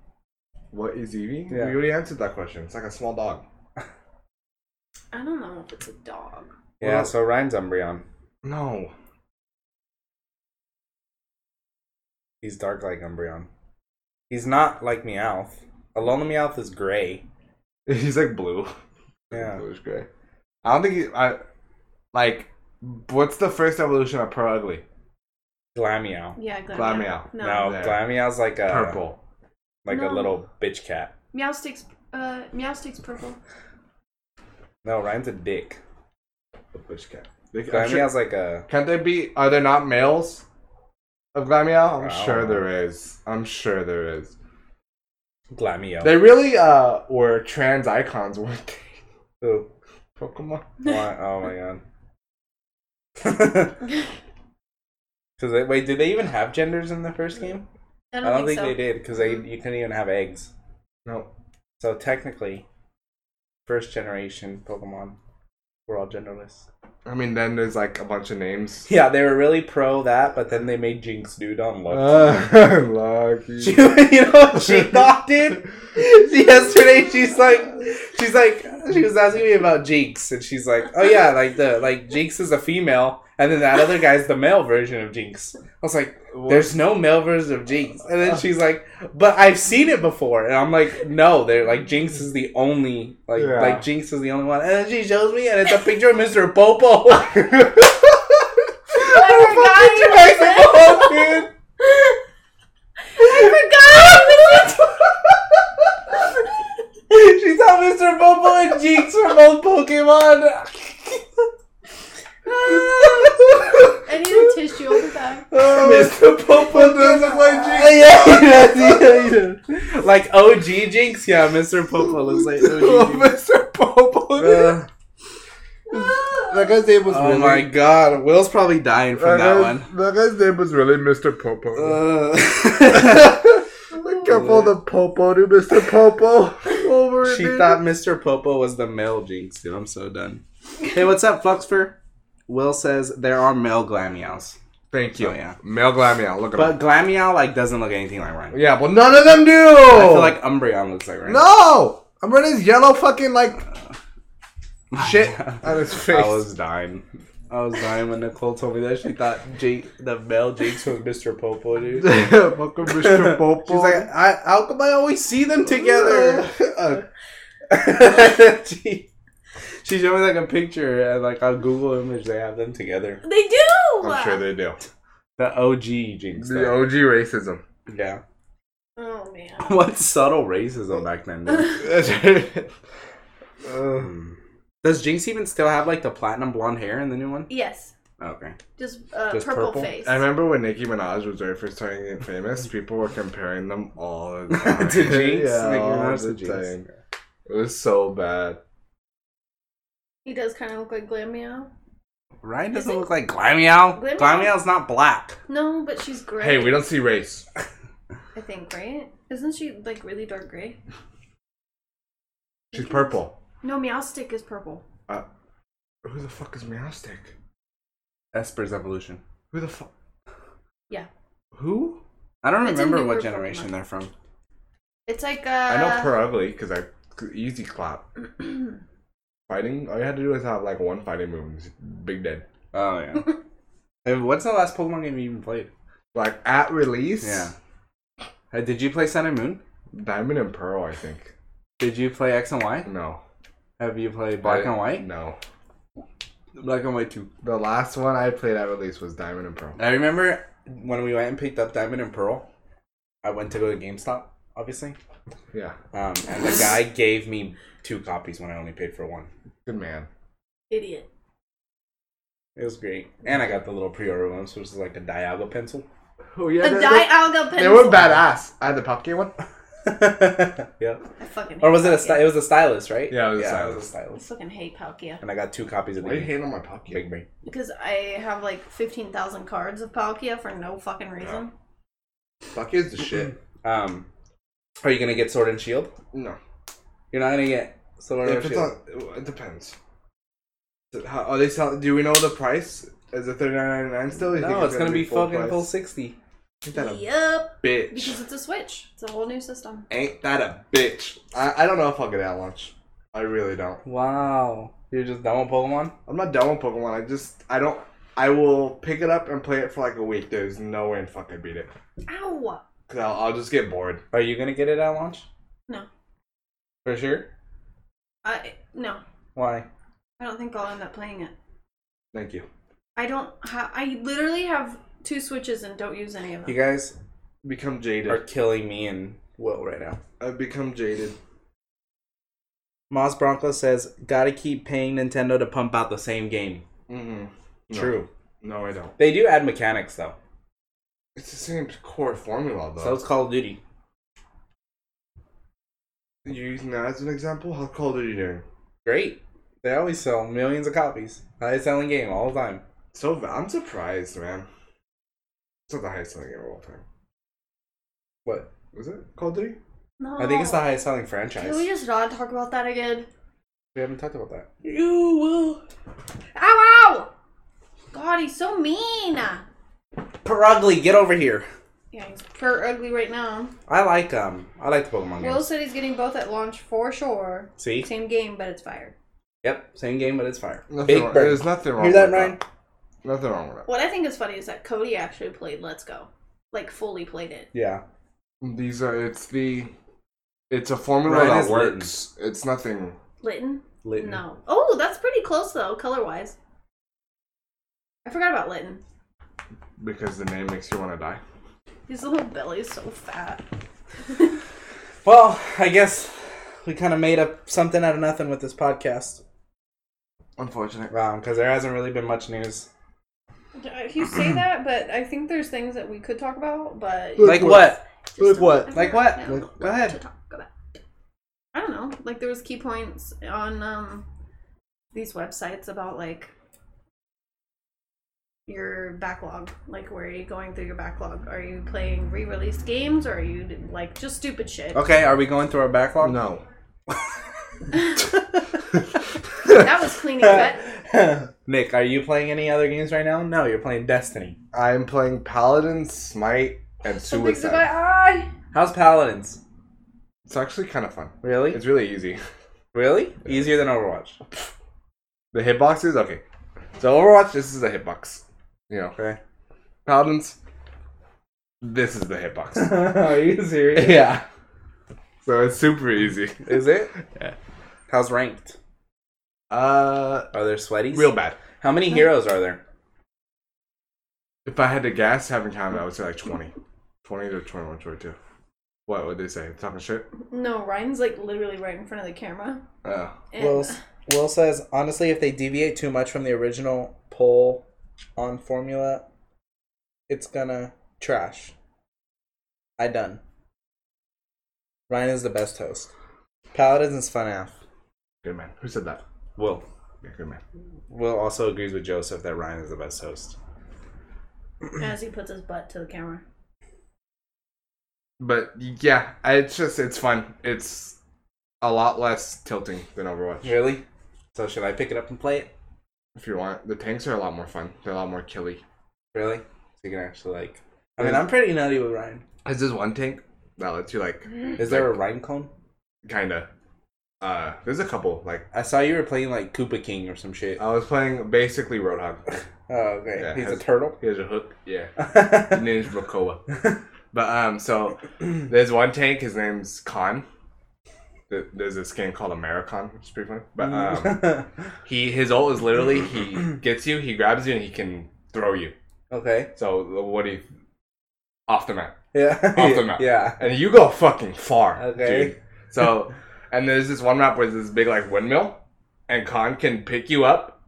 Speaker 1: What is Eevee?
Speaker 2: Yeah.
Speaker 1: We already answered that question. It's like a small dog.
Speaker 3: I don't know if it's a dog.
Speaker 2: Yeah,
Speaker 1: Well-
Speaker 2: so Ryan's Umbreon.
Speaker 1: No.
Speaker 2: He's dark like Umbreon. He's not like Meowth. Alola Meowth is gray.
Speaker 1: He's like blue.
Speaker 2: Yeah.
Speaker 1: Bluish gray. I don't think he. I like. What's the first evolution of Perugly?
Speaker 2: Glammeow.
Speaker 3: Yeah, Glammeow.
Speaker 1: Glammeow.
Speaker 3: No.
Speaker 2: No,
Speaker 1: There.
Speaker 2: Glammeow's like a
Speaker 1: Purple.
Speaker 2: like
Speaker 3: No.
Speaker 2: a little bitch cat.
Speaker 3: Meowstic's, uh, Meowstic's purple.
Speaker 2: No, Ryan's a dick.
Speaker 1: The bush cat. They, I'm sure-
Speaker 2: Glammeow's like a
Speaker 1: can't they be? Are there not males of Glammeow? I'm
Speaker 2: I
Speaker 1: sure
Speaker 2: don't know.
Speaker 1: there is. I'm sure there is.
Speaker 2: Glammeo.
Speaker 1: They really uh were trans icons, weren't they?
Speaker 2: Ooh.
Speaker 1: Pokemon.
Speaker 2: Why- Oh my god. Cause they, wait, did they even have genders in the first game?
Speaker 3: Mm, I
Speaker 2: I
Speaker 3: don't,
Speaker 2: don't,
Speaker 3: think,
Speaker 2: think,
Speaker 3: so. Mm-hmm.
Speaker 2: they did because they you couldn't even have eggs.
Speaker 1: No.
Speaker 2: So technically, first generation Pokemon were all genderless.
Speaker 1: I mean, then there's like a bunch of names.
Speaker 2: Yeah, they were really pro that, but then they made Jinx dude on love.
Speaker 1: Uh, lucky.
Speaker 2: She, you know what she thought, dude? Yesterday, she's like, she's like, she was asking me about Jinx, and she's like, oh yeah, like the like Jinx is a female, and then that other guy's the male version of Jinx. I was like, there's no male version of Jinx, and then she's like, but I've seen it before, and I'm like, no, they're like Jinx is the only like
Speaker 1: Yeah.
Speaker 2: like Jinx is the only one, and then she shows me, and it's a picture of Mr. Popo. Oh,
Speaker 3: I
Speaker 2: Fucking Jason Popo, dude.
Speaker 3: I
Speaker 2: she thought Mr. Bobo and Jinx were both Pokemon.
Speaker 3: forgot! I need a tissue. I'll be back.
Speaker 2: Mr. Popo
Speaker 1: does look like Jinx.
Speaker 2: Yeah, he does, yeah, he does. Like OG Jinx, yeah, Mr. Popo looks like
Speaker 1: oh,
Speaker 2: OG Jinx.
Speaker 1: Mr. Popo. dude.
Speaker 2: Uh,
Speaker 1: that guy's Uh, name was
Speaker 2: oh
Speaker 1: really.
Speaker 2: my god, Will's probably dying from that
Speaker 1: guy's-
Speaker 2: one.
Speaker 1: That guy's name was really Mr. Popo.
Speaker 2: Uh,
Speaker 1: Careful the Popo to Mr. Popo. Over it,
Speaker 2: she
Speaker 1: dude.
Speaker 2: thought Mr. Popo was the male Jinx, dude. I'm so done. Hey, what's up, Fluxfer? Will says there are male Glammeows.
Speaker 1: Thank you.
Speaker 2: Oh, yeah.
Speaker 1: Male Glammeow. Look at
Speaker 2: But Glammeow like doesn't look anything like
Speaker 1: him.
Speaker 2: Ryan.
Speaker 1: Yeah, but none of them do.
Speaker 2: I feel like Umbreon looks like Ryan.
Speaker 1: No! I'm running his yellow fucking like shit on his face.
Speaker 2: I was dying. I was dying when Nicole told me that she thought Jake, the male Jinx was Mr. Popo, dude.
Speaker 1: Fucking Mr. Popo.
Speaker 2: She's like, I, how come I always see them together?
Speaker 1: Uh,
Speaker 2: she, she showed me like a picture and like on Google image they have them together.
Speaker 3: They do!
Speaker 2: "Oh,
Speaker 1: I'm sure they do.
Speaker 2: The OG Jinx.
Speaker 1: The
Speaker 2: though.
Speaker 1: OG racism.
Speaker 2: yeah.
Speaker 3: Oh, man.
Speaker 2: What subtle racism back then. dude. Hmm.
Speaker 1: Uh,
Speaker 2: Does Jinx even still have like the platinum blonde hair in the new one?
Speaker 3: Yes.
Speaker 2: Okay.
Speaker 3: Just, uh,
Speaker 2: Just
Speaker 3: purple,
Speaker 2: purple?
Speaker 3: face.
Speaker 1: I remember when Nicki Minaj was very first starting to get famous, people were comparing them all the
Speaker 2: to
Speaker 1: time.
Speaker 2: Jinx.
Speaker 1: yeah,
Speaker 2: Nicki
Speaker 1: all
Speaker 2: Minaj
Speaker 1: the
Speaker 2: to Jinx.
Speaker 1: time. It was so bad.
Speaker 3: he does kind of look like Glammeow.
Speaker 2: Ryan doesn't
Speaker 3: Is it-
Speaker 2: look like Glammeow.
Speaker 3: Glammeow?
Speaker 2: Glammeow's not black.
Speaker 3: No, but she's gray.
Speaker 1: Hey, we don't see race.
Speaker 3: I think, right? Isn't she, like, really dark gray?
Speaker 1: She's purple. Uh,
Speaker 3: No, Meowstic is purple.
Speaker 1: Who the fuck is Meowstic?
Speaker 2: Esper's evolution.
Speaker 1: Who the fuck?
Speaker 3: Yeah.
Speaker 1: Who?
Speaker 2: I don't
Speaker 3: It's a
Speaker 2: remember
Speaker 3: newer
Speaker 2: what generation
Speaker 3: Pokemon.
Speaker 2: they're from.
Speaker 3: It's like, uh...
Speaker 1: I know Perugly because I easy clap
Speaker 3: know
Speaker 1: fighting. All you had to do was have like one fighting move. and just Big dead.
Speaker 2: Oh yeah. Hey, What's the last Pokemon game you even played?
Speaker 1: Like at release.
Speaker 2: Yeah. Uh, did you play Sun and Moon?
Speaker 1: Diamond and Pearl, I think.
Speaker 2: Did you play X and Y?
Speaker 1: No.
Speaker 2: Have you played Black
Speaker 1: I-
Speaker 2: and White?
Speaker 1: No.
Speaker 2: Black and White Two.
Speaker 1: The last one I played at release was Diamond and Pearl.
Speaker 2: I remember when we went and picked up Diamond and Pearl. I went to go to GameStop, obviously,
Speaker 1: Yeah.
Speaker 2: um, and the guy gave me two copies when I only paid for one.
Speaker 1: Good man.
Speaker 3: Idiot.
Speaker 2: It was great, and I got the little pre-order one, which was like a Diablo pencil.
Speaker 1: Oh yeah.
Speaker 3: the
Speaker 1: they-
Speaker 3: dialga
Speaker 1: they,
Speaker 3: pencil.
Speaker 1: they were badass. I had the pop one.
Speaker 2: yeah.
Speaker 3: I fucking hate
Speaker 2: Or was it a
Speaker 3: Palkia.
Speaker 2: sty- it was a stylus, right?
Speaker 1: Yeah, it was a
Speaker 2: It was a
Speaker 3: I
Speaker 2: stylus.
Speaker 3: fucking hate Palkia.
Speaker 2: And I got two copies of the
Speaker 1: Why you
Speaker 2: game.
Speaker 1: hating on my pop
Speaker 2: Big brain.
Speaker 3: Because I have like 15,000 cards of Palkia for no fucking reason.
Speaker 1: is the shit.
Speaker 2: Um, are you gonna get Sword and Shield?
Speaker 1: No.
Speaker 2: You're not gonna get Sword and
Speaker 1: If it's
Speaker 2: Shield.
Speaker 1: on, it depends. So How, are they sell, Do we know the price? Is it thirty nine ninety nine still? You think
Speaker 2: no, it's gonna, be fucking
Speaker 1: price?
Speaker 2: full sixty.
Speaker 1: Ain't that a
Speaker 3: Yep. Because
Speaker 1: bitch?
Speaker 3: it's a Switch. It's a whole new system.
Speaker 1: Ain't that a bitch? I, I don't know if I'll get it at launch. I really don't.
Speaker 2: Wow. You're just done with Pokemon?
Speaker 1: I'm not done with Pokemon. I just I don't. I will pick it up and play it for like a week. There's no way in fuck I beat it.
Speaker 3: Ow!
Speaker 1: Cause I'll, I'll just get bored.
Speaker 2: Are you gonna get it at launch?
Speaker 3: No.
Speaker 2: For sure?
Speaker 3: I no.
Speaker 2: Why?
Speaker 3: I don't think I'll end up playing it.
Speaker 1: Thank you.
Speaker 3: I don't have. I literally have two Switches and don't use any of
Speaker 2: You
Speaker 3: them.
Speaker 2: guys
Speaker 1: Become jaded.
Speaker 2: are killing me and Will right now.
Speaker 1: I've become jaded.
Speaker 2: Moz Bronco says, gotta keep paying Nintendo to pump out the same game.
Speaker 1: Mm-hmm.
Speaker 2: True.
Speaker 1: No, I don't.
Speaker 2: They do add mechanics though.
Speaker 1: It's the same core formula though.
Speaker 2: So it's Call of Duty.
Speaker 1: You're using that as an example? How cold are you doing?
Speaker 2: Great. They always sell millions of copies. Highest selling game all the time.
Speaker 1: So va- I'm surprised, man. It's not the highest selling game of all time.
Speaker 2: What?
Speaker 1: Was it Call of Duty?
Speaker 3: No.
Speaker 2: I think it's the highest selling franchise.
Speaker 3: Can we just not talk about that again?
Speaker 2: We haven't talked about that.
Speaker 3: You will. Ow! Ow! God, he's so mean.
Speaker 2: Perugly, get over here.
Speaker 3: Yeah, he's pure ugly right now.
Speaker 2: I like um I like the Pokemon
Speaker 3: Will
Speaker 2: games.
Speaker 3: said he's getting both at launch for sure.
Speaker 2: See?
Speaker 3: Same game, but it's fired.
Speaker 2: Yep, same game but it's fire.
Speaker 1: Nothing
Speaker 2: Big
Speaker 1: wrong.
Speaker 2: Bird.
Speaker 1: There's nothing wrong
Speaker 2: Hear that,
Speaker 1: with
Speaker 2: Ryan?
Speaker 1: that. Nothing wrong with
Speaker 3: What I think is funny is that Cody actually played Let's Go, like fully played it.
Speaker 2: Yeah.
Speaker 1: that. These are it's the it's a formula
Speaker 2: Ryan is
Speaker 1: that works. It's nothing
Speaker 3: Litton?
Speaker 2: Lit.
Speaker 3: No. Oh, that's pretty close though, color wise. I forgot about Litton.
Speaker 1: because the name makes you want to die.
Speaker 3: His little belly is so fat.
Speaker 2: Well, I guess we kind of made up something out of nothing with this podcast.
Speaker 1: Unfortunate.
Speaker 2: Um, because there hasn't really been much news.
Speaker 3: You say that, but I think there's things that we could talk about, but
Speaker 1: Like what?
Speaker 3: just
Speaker 1: Like
Speaker 3: don't-
Speaker 1: what?
Speaker 3: I
Speaker 2: Like
Speaker 3: don't
Speaker 2: what?
Speaker 3: know
Speaker 2: Like- go ahead.
Speaker 3: to talk about. I don't know. Like there was key points on um these websites about like your backlog. Like where are you going through your backlog? Are you playing re-released games or are you like just stupid shit?
Speaker 2: Okay, are we going through our backlog?
Speaker 1: No.
Speaker 3: That was cleaning cut.
Speaker 2: Nick, are you playing any other games right now? No, you're playing Destiny.
Speaker 1: I'm playing Paladin, Smite, and
Speaker 3: Something's in
Speaker 1: Suicide.
Speaker 3: my eye.
Speaker 2: How's Paladins?
Speaker 1: It's actually kind of fun.
Speaker 2: Really?
Speaker 1: It's really easy.
Speaker 2: Really? Easier than Overwatch.
Speaker 1: The hitboxes? Okay. So Overwatch, this is a hitbox. You know.
Speaker 2: Okay.
Speaker 1: Paladins, this is the hitbox.
Speaker 2: are you serious?
Speaker 1: yeah. So it's super easy.
Speaker 2: Is it?
Speaker 1: Yeah.
Speaker 2: How's ranked?
Speaker 1: Uh,
Speaker 2: Are there sweaties?
Speaker 1: real bad.
Speaker 2: How many heroes are there?
Speaker 1: If I had to guess, haven't counted, I would say like 20. 20 to 21, 22. What would they say? Talking shit?
Speaker 3: No, Ryan's like literally right in front of the camera.
Speaker 1: Oh.
Speaker 3: And
Speaker 2: Will, Will says, honestly, if they deviate too much from the original poll on formula, it's gonna trash. I done. Ryan is the best host. Paladins is fun af.
Speaker 1: Good man. Who said that?
Speaker 2: Will.
Speaker 1: Yeah, good man.
Speaker 2: Will also agrees with Joseph that Ryan is the best host.
Speaker 3: as he puts his butt to the camera.
Speaker 1: But yeah, I, it's just, it's fun. It's a lot less tilting than Overwatch.
Speaker 2: Really? So should I pick it up and play it?
Speaker 1: If you want. The tanks are a lot more fun. They're a lot more killy.
Speaker 2: Really? So you can actually like I mean I'm pretty nutty with Ryan.
Speaker 1: Is this one tank that lets you like
Speaker 2: Is there a Ryan clone?
Speaker 1: kinda? Uh, there's a couple. Like
Speaker 2: I saw you were playing like Koopa King or some shit.
Speaker 1: I was playing basically Roadhog.
Speaker 2: Oh, okay.
Speaker 1: Yeah,
Speaker 2: He's a
Speaker 1: has-
Speaker 2: turtle.
Speaker 1: Here's a hook. Yeah, Ninja Makoa. But um, so there's one tank. His name's Khan. There- There's this game called Americon, which is pretty funny. But
Speaker 2: Mm.
Speaker 1: um, he his ult is literally he gets you, he grabs you, and he can throw you.
Speaker 2: okay.
Speaker 1: So what do you off the map?
Speaker 2: Yeah.
Speaker 1: Off the map.
Speaker 2: Yeah.
Speaker 1: And you go fucking far,
Speaker 2: Okay.
Speaker 1: dude. So and there's this one map where there's this big like windmill, and Khan can pick you up,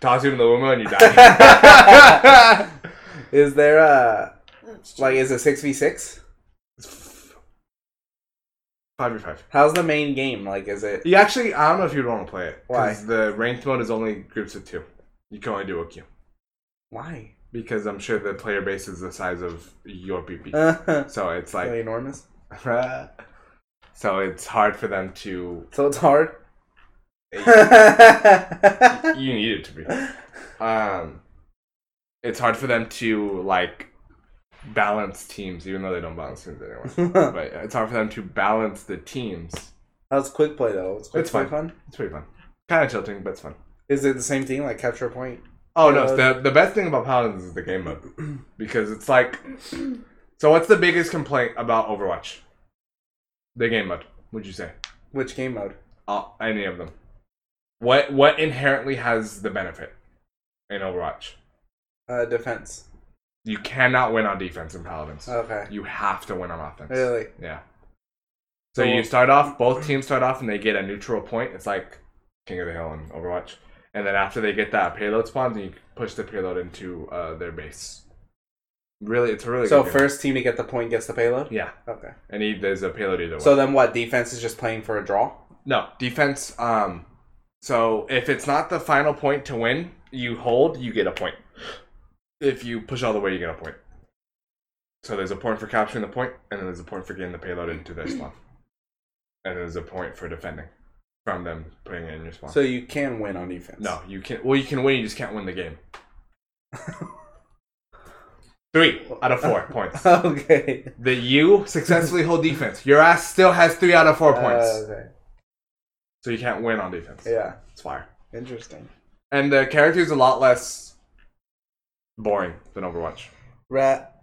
Speaker 1: toss you in the windmill, and you die.
Speaker 2: Is there a
Speaker 3: That's
Speaker 2: like? Is it six v six?
Speaker 1: Five v five.
Speaker 2: How's the main game? Like, is it?
Speaker 1: You actually, I don't know if you'd want to play it.
Speaker 2: Why?
Speaker 1: 'cause The ranked mode is only groups of two. You can only do a queue.
Speaker 2: Why?
Speaker 1: Because I'm sure the player base is the size of your PP.
Speaker 2: Uh,
Speaker 1: so it's
Speaker 2: so
Speaker 1: like.
Speaker 2: enormous.
Speaker 1: so it's hard for them to.
Speaker 2: So it's hard.
Speaker 1: you need it to be. Um, it's hard for them to, like, balance teams, even though they don't balance teams anyway. but it's hard for them to balance the teams.
Speaker 2: How's quick play though? It's quick
Speaker 1: It's
Speaker 2: play
Speaker 1: fun.
Speaker 2: fun.
Speaker 1: It's pretty fun. Kind of tilting, but it's fun.
Speaker 2: Is it the same thing like capture a point?
Speaker 1: Oh no! The the best thing about Paladins is the game mode because it's like. So what's the biggest complaint about Overwatch? The game mode. Would you say?
Speaker 2: Which game mode?
Speaker 1: Uh, any of them? What what inherently has the benefit in Overwatch?
Speaker 2: Uh, defense.
Speaker 1: You cannot win on defense in Paladins.
Speaker 2: Okay.
Speaker 1: You have to win on offense.
Speaker 2: Really?
Speaker 1: Yeah. So
Speaker 2: So-
Speaker 1: you start off, both teams start off, and they get a neutral point. It's like King of the Hill in Overwatch. And then after they get that payload spawns, you push the payload into uh, their base. Really, it's a really
Speaker 2: So
Speaker 1: good game.
Speaker 2: first team to get the point gets the payload.
Speaker 1: yeah.
Speaker 2: Okay.
Speaker 1: And he, there's a payload either way.
Speaker 2: So then what? Defense is just playing for a draw.
Speaker 1: no defense. Um, so if it's not the final point to win, you hold, you get a point. If you push all the way, you get a point. So there's a point for capturing the point, and then there's a point for getting the payload into their spawn, and there's a point for defending from them putting it in your spawn.
Speaker 2: So you can win on defense.
Speaker 1: no, you can. Well, you can win. You just can't win the game. Three out of four points.
Speaker 2: okay.
Speaker 1: That you successfully hold defense. Your ass still has three out of four points,
Speaker 2: Uh, okay.
Speaker 1: so you can't win on defense.
Speaker 2: Yeah.
Speaker 1: it's fire.
Speaker 2: Interesting.
Speaker 1: And the character's a lot less boring than Overwatch.
Speaker 2: Rat.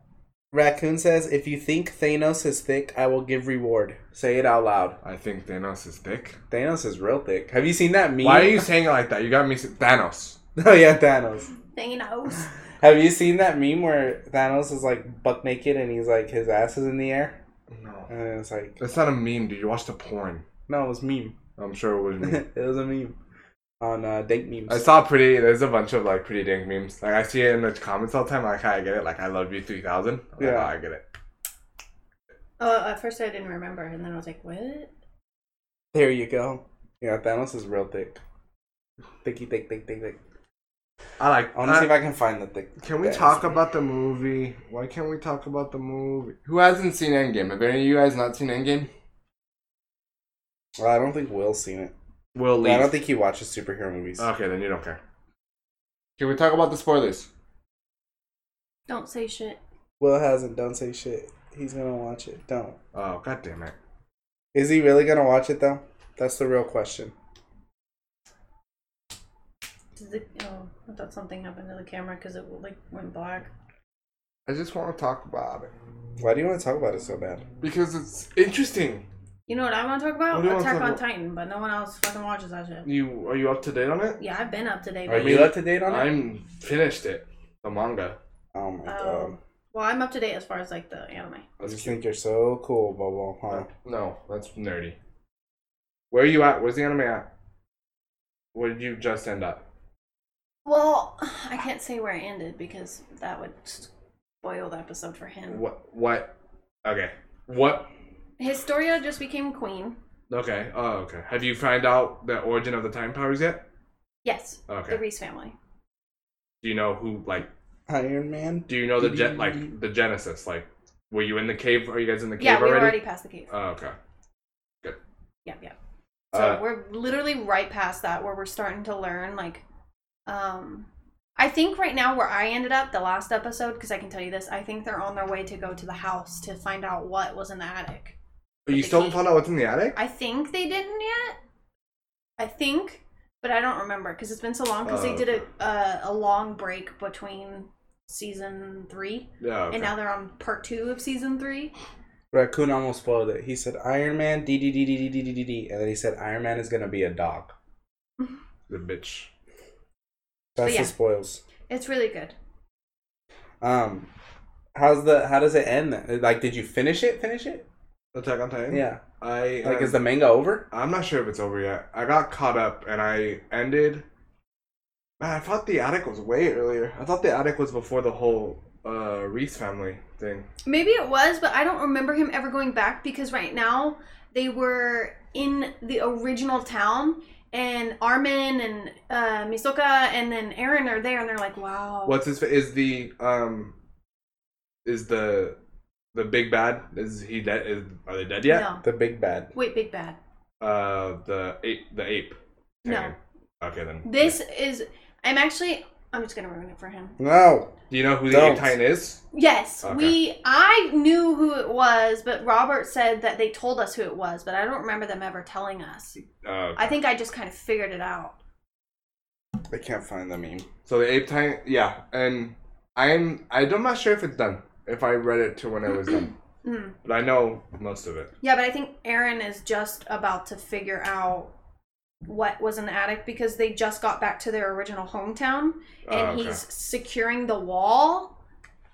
Speaker 2: Raccoon says, "If you think Thanos is thick, I will give reward." Say it out loud.
Speaker 1: I think Thanos is thick.
Speaker 2: Thanos is real thick. Have you seen that meme?
Speaker 1: Why are you saying it like that? You got me s- Thanos.
Speaker 2: oh yeah, Thanos.
Speaker 3: Thanos.
Speaker 2: Have you seen that meme where Thanos is like buck naked and he's like his ass is in the air
Speaker 1: No.
Speaker 2: and it's like
Speaker 1: That's not a meme, dude. You watched a porn.
Speaker 2: no, it was meme.
Speaker 1: I'm sure it was a meme.
Speaker 2: it was a meme on uh, date memes.
Speaker 1: I saw pretty. There's a bunch of like pretty dank memes. Like I see it in the comments all the time. Like I get it. Like I love you three thousand. Yeah,
Speaker 2: Yeah.
Speaker 1: I get it.
Speaker 3: Oh, at first I didn't remember, and then I was like, what?
Speaker 2: There you go. Yeah, Thanos is real thick. Thicky, thick, thick, thick, thick.
Speaker 1: I like.
Speaker 2: I want to see
Speaker 1: I-
Speaker 2: if I can find the thick.
Speaker 1: can we
Speaker 2: Thanos.
Speaker 1: talk about the movie? Why can't we talk about the movie? Who hasn't seen Endgame? Have any of you guys not seen Endgame?
Speaker 2: Well, I don't think Will's seen it.
Speaker 1: Will
Speaker 2: I don't think he watches superhero movies.
Speaker 1: Okay, then you don't care. Can we talk about the spoilers?
Speaker 3: Don't say shit.
Speaker 2: Will hasn't. Don't say shit. He's gonna watch it. Don't.
Speaker 1: Oh god damn it!
Speaker 2: Is he really gonna watch it though? That's the real question.
Speaker 3: Did the, oh, I thought something happened to the camera because it like went black.
Speaker 1: I just want to talk about it
Speaker 2: Why do you want to talk about it so bad?
Speaker 1: because it's interesting.
Speaker 3: You know what I want to talk
Speaker 1: What
Speaker 3: about?
Speaker 1: do you wanna
Speaker 3: Attack
Speaker 1: talk
Speaker 3: on
Speaker 1: about?
Speaker 3: Titan, but no one else fucking watches that shit.
Speaker 1: You are you up to date on it?
Speaker 3: Yeah, I've been up to date.
Speaker 2: Are
Speaker 3: on
Speaker 2: you
Speaker 3: it.
Speaker 2: up to date on it?
Speaker 1: I'm finished it. The manga.
Speaker 2: Oh my
Speaker 3: Oh.
Speaker 2: god.
Speaker 3: Well, I'm up to date as far as like the anime.
Speaker 2: I
Speaker 1: That's
Speaker 2: just
Speaker 1: cute.
Speaker 2: think you're so cool, Bubble, huh?
Speaker 1: No, that's nerdy. Where are you at? Where's the anime at? Where did you just end up?
Speaker 3: Well, I can't say where it ended because that would spoil the episode for him.
Speaker 1: What? What? Okay. What?
Speaker 3: Historia just became queen.
Speaker 1: Okay. Oh, okay. Have you found out the origin of the time powers yet?
Speaker 3: Yes,
Speaker 1: Okay.
Speaker 3: the Reese family.
Speaker 1: Do you know who like
Speaker 2: Iron Man?
Speaker 1: Do you know the gen- like the Genesis? Like, were you in the cave? Are you guys in the cave
Speaker 3: Yeah, we were
Speaker 1: already?
Speaker 3: already past the cave.
Speaker 1: Oh, okay.
Speaker 3: Yeah, yeah. So
Speaker 1: Uh,
Speaker 3: we're literally right past that where we're starting to learn like um I think right now where I ended up the last episode because I can tell you this, I think they're on their way to go to the house to find out what was in the attic.
Speaker 1: But you still haven't found out what's in the attic?
Speaker 3: I think they didn't yet. I think, but I don't remember because it's been so long because
Speaker 1: Oh,
Speaker 3: they did
Speaker 1: okay.
Speaker 3: a, a a long break between season three,
Speaker 1: Yeah. Oh, okay.
Speaker 3: and now they're on part two of season three.
Speaker 2: Raccoon almost spoiled it. He said Iron Man D D D D D D D D D, and then he said Iron Man is gonna be a dog.
Speaker 1: the bitch.
Speaker 2: That's
Speaker 3: yeah.
Speaker 2: the spoils.
Speaker 3: It's really good.
Speaker 2: Um, how's the how does it end? Then? Like, did you finish it? Finish it?
Speaker 1: Attack on Titan.
Speaker 2: Yeah.
Speaker 1: I
Speaker 2: Like,
Speaker 1: um,
Speaker 2: is the manga over?
Speaker 1: I'm not sure if it's over yet. I got caught up and I ended. Man, I thought the attic was way earlier. I thought the attic was before the whole uh, Reese family thing.
Speaker 3: Maybe it was, but I don't remember him ever going back because right now they were in the original town, and Armin and uh, Misoka and then Aaron are there, and they're like, "Wow,
Speaker 1: What's his? fa- Is the um, is the the big bad? Is he dead? Is, are they dead yet?
Speaker 3: No,
Speaker 2: The big bad.
Speaker 3: wait, big bad.
Speaker 1: Uh, the ape. The ape.
Speaker 3: No,
Speaker 1: Okay then.
Speaker 3: this is. I'm actually. I'm just gonna ruin it for him.
Speaker 2: No.
Speaker 1: Do you know who the
Speaker 2: Don't.
Speaker 1: ape Titan is?
Speaker 3: Yes,
Speaker 1: Okay.
Speaker 3: we. I knew who it was, but Robert said that they told us who it was, but I don't remember them ever telling us.
Speaker 1: Uh,
Speaker 3: I think I just kind of figured it out.
Speaker 2: I can't find the meme.
Speaker 1: So the ape Titan, yeah, and I'm I don't- I'm not sure if it's done. If I read it to when it was done,
Speaker 3: Mm.
Speaker 1: but I know most of it.
Speaker 3: Yeah, but I think Aaron is just about to figure out what was in the attic because they just got back to their original hometown and
Speaker 1: Uh, okay.
Speaker 3: he's securing the wall.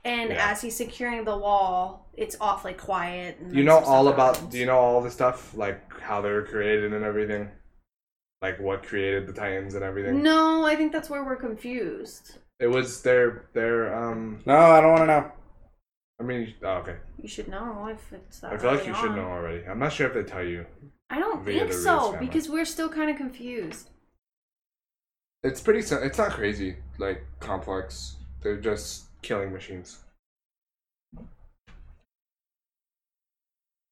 Speaker 3: And
Speaker 1: Yeah.
Speaker 3: as he's securing the wall, it's awfully quiet. And
Speaker 1: Do you know
Speaker 3: some stuff
Speaker 1: all about?
Speaker 3: happens.
Speaker 1: Do you know all the stuff like how they were created and everything, like what created the Titans and everything?
Speaker 3: No, I think that's where we're confused.
Speaker 1: It was their their um.
Speaker 2: No, I don't want to know.
Speaker 1: I mean, oh, okay.
Speaker 3: You should know if it's that.
Speaker 1: I feel like
Speaker 3: early
Speaker 1: you should
Speaker 3: on.
Speaker 1: know already. I'm not sure if they tell you.
Speaker 3: I don't
Speaker 1: via
Speaker 3: think
Speaker 1: the Reeves
Speaker 3: so
Speaker 1: family.
Speaker 3: because we're still kind of confused.
Speaker 1: It's pretty. sim- It's not crazy like complex. They're just killing machines.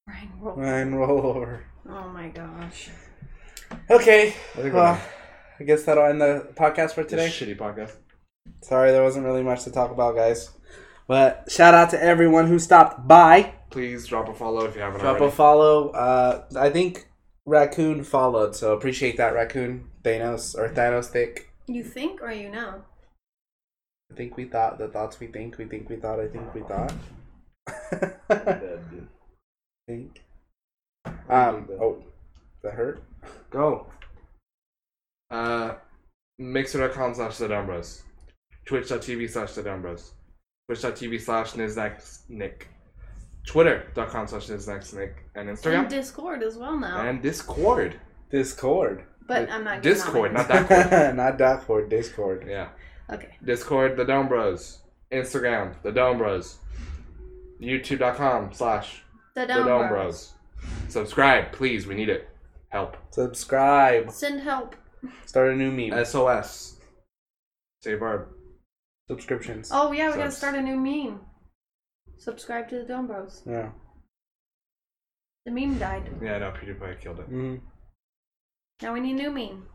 Speaker 3: Ryan, roll.
Speaker 2: Ryan roll over.
Speaker 3: Oh my gosh.
Speaker 2: Okay.
Speaker 1: I think we're
Speaker 2: Well,
Speaker 1: done.
Speaker 2: I guess that'll end the podcast for
Speaker 1: This
Speaker 2: today.
Speaker 1: shitty podcast.
Speaker 2: Sorry, there wasn't really much to talk about, guys. But shout out to everyone who stopped by.
Speaker 1: Please drop a follow if you haven't
Speaker 2: Drop a
Speaker 1: already.
Speaker 2: follow. Uh, I think Raccoon followed, so appreciate that, Raccoon. Thanos or Thanos Thick.
Speaker 3: You think or you know?
Speaker 2: I think we thought the thoughts we think, we think we thought, I think we thought. think. Um. Oh, that hurt.
Speaker 1: Go. Uh, Mixer.com slash The Dumb Bros. Twitch.tv slash The Dumb Bros. Twitch.tv slash Nick. Twitter.com slash Nick. And
Speaker 3: And
Speaker 1: Instagram.
Speaker 3: Discord as well now.
Speaker 1: And Discord.
Speaker 2: Discord.
Speaker 3: but I'm not.
Speaker 1: Discord,
Speaker 3: Not-
Speaker 1: not Discord.
Speaker 2: Not Discord. Discord.
Speaker 1: yeah.
Speaker 3: okay.
Speaker 1: Discord, The Dumb Bros. Instagram, The Dumb Bros. YouTube.com slash
Speaker 3: The
Speaker 1: The
Speaker 3: Down
Speaker 1: Dumb
Speaker 3: Bros.
Speaker 1: Bros. Subscribe, please. We need it. Help.
Speaker 2: Subscribe.
Speaker 3: Send help.
Speaker 2: Start a new meme.
Speaker 1: SOS. Save our
Speaker 2: Subscriptions.
Speaker 3: Oh yeah, we gotta
Speaker 1: Subs.
Speaker 3: start a new meme. Subscribe to the Down Bros.
Speaker 2: Yeah.
Speaker 3: The meme died.
Speaker 1: Yeah, no, PewDiePie killed it.
Speaker 2: hmm
Speaker 3: Now we need a new meme.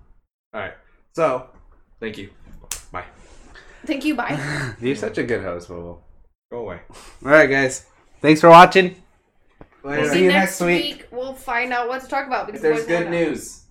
Speaker 1: Alright. So, thank you. Bye.
Speaker 3: Thank you. Bye.
Speaker 2: You're such a good host, Bobo.
Speaker 1: Go away.
Speaker 2: All right, guys. Thanks for watching.
Speaker 3: we'll
Speaker 2: See
Speaker 3: see
Speaker 2: you next
Speaker 3: next
Speaker 2: week.
Speaker 3: week. We'll find out what to talk about. because
Speaker 2: If there's
Speaker 3: we don't
Speaker 2: good
Speaker 3: know.
Speaker 2: news.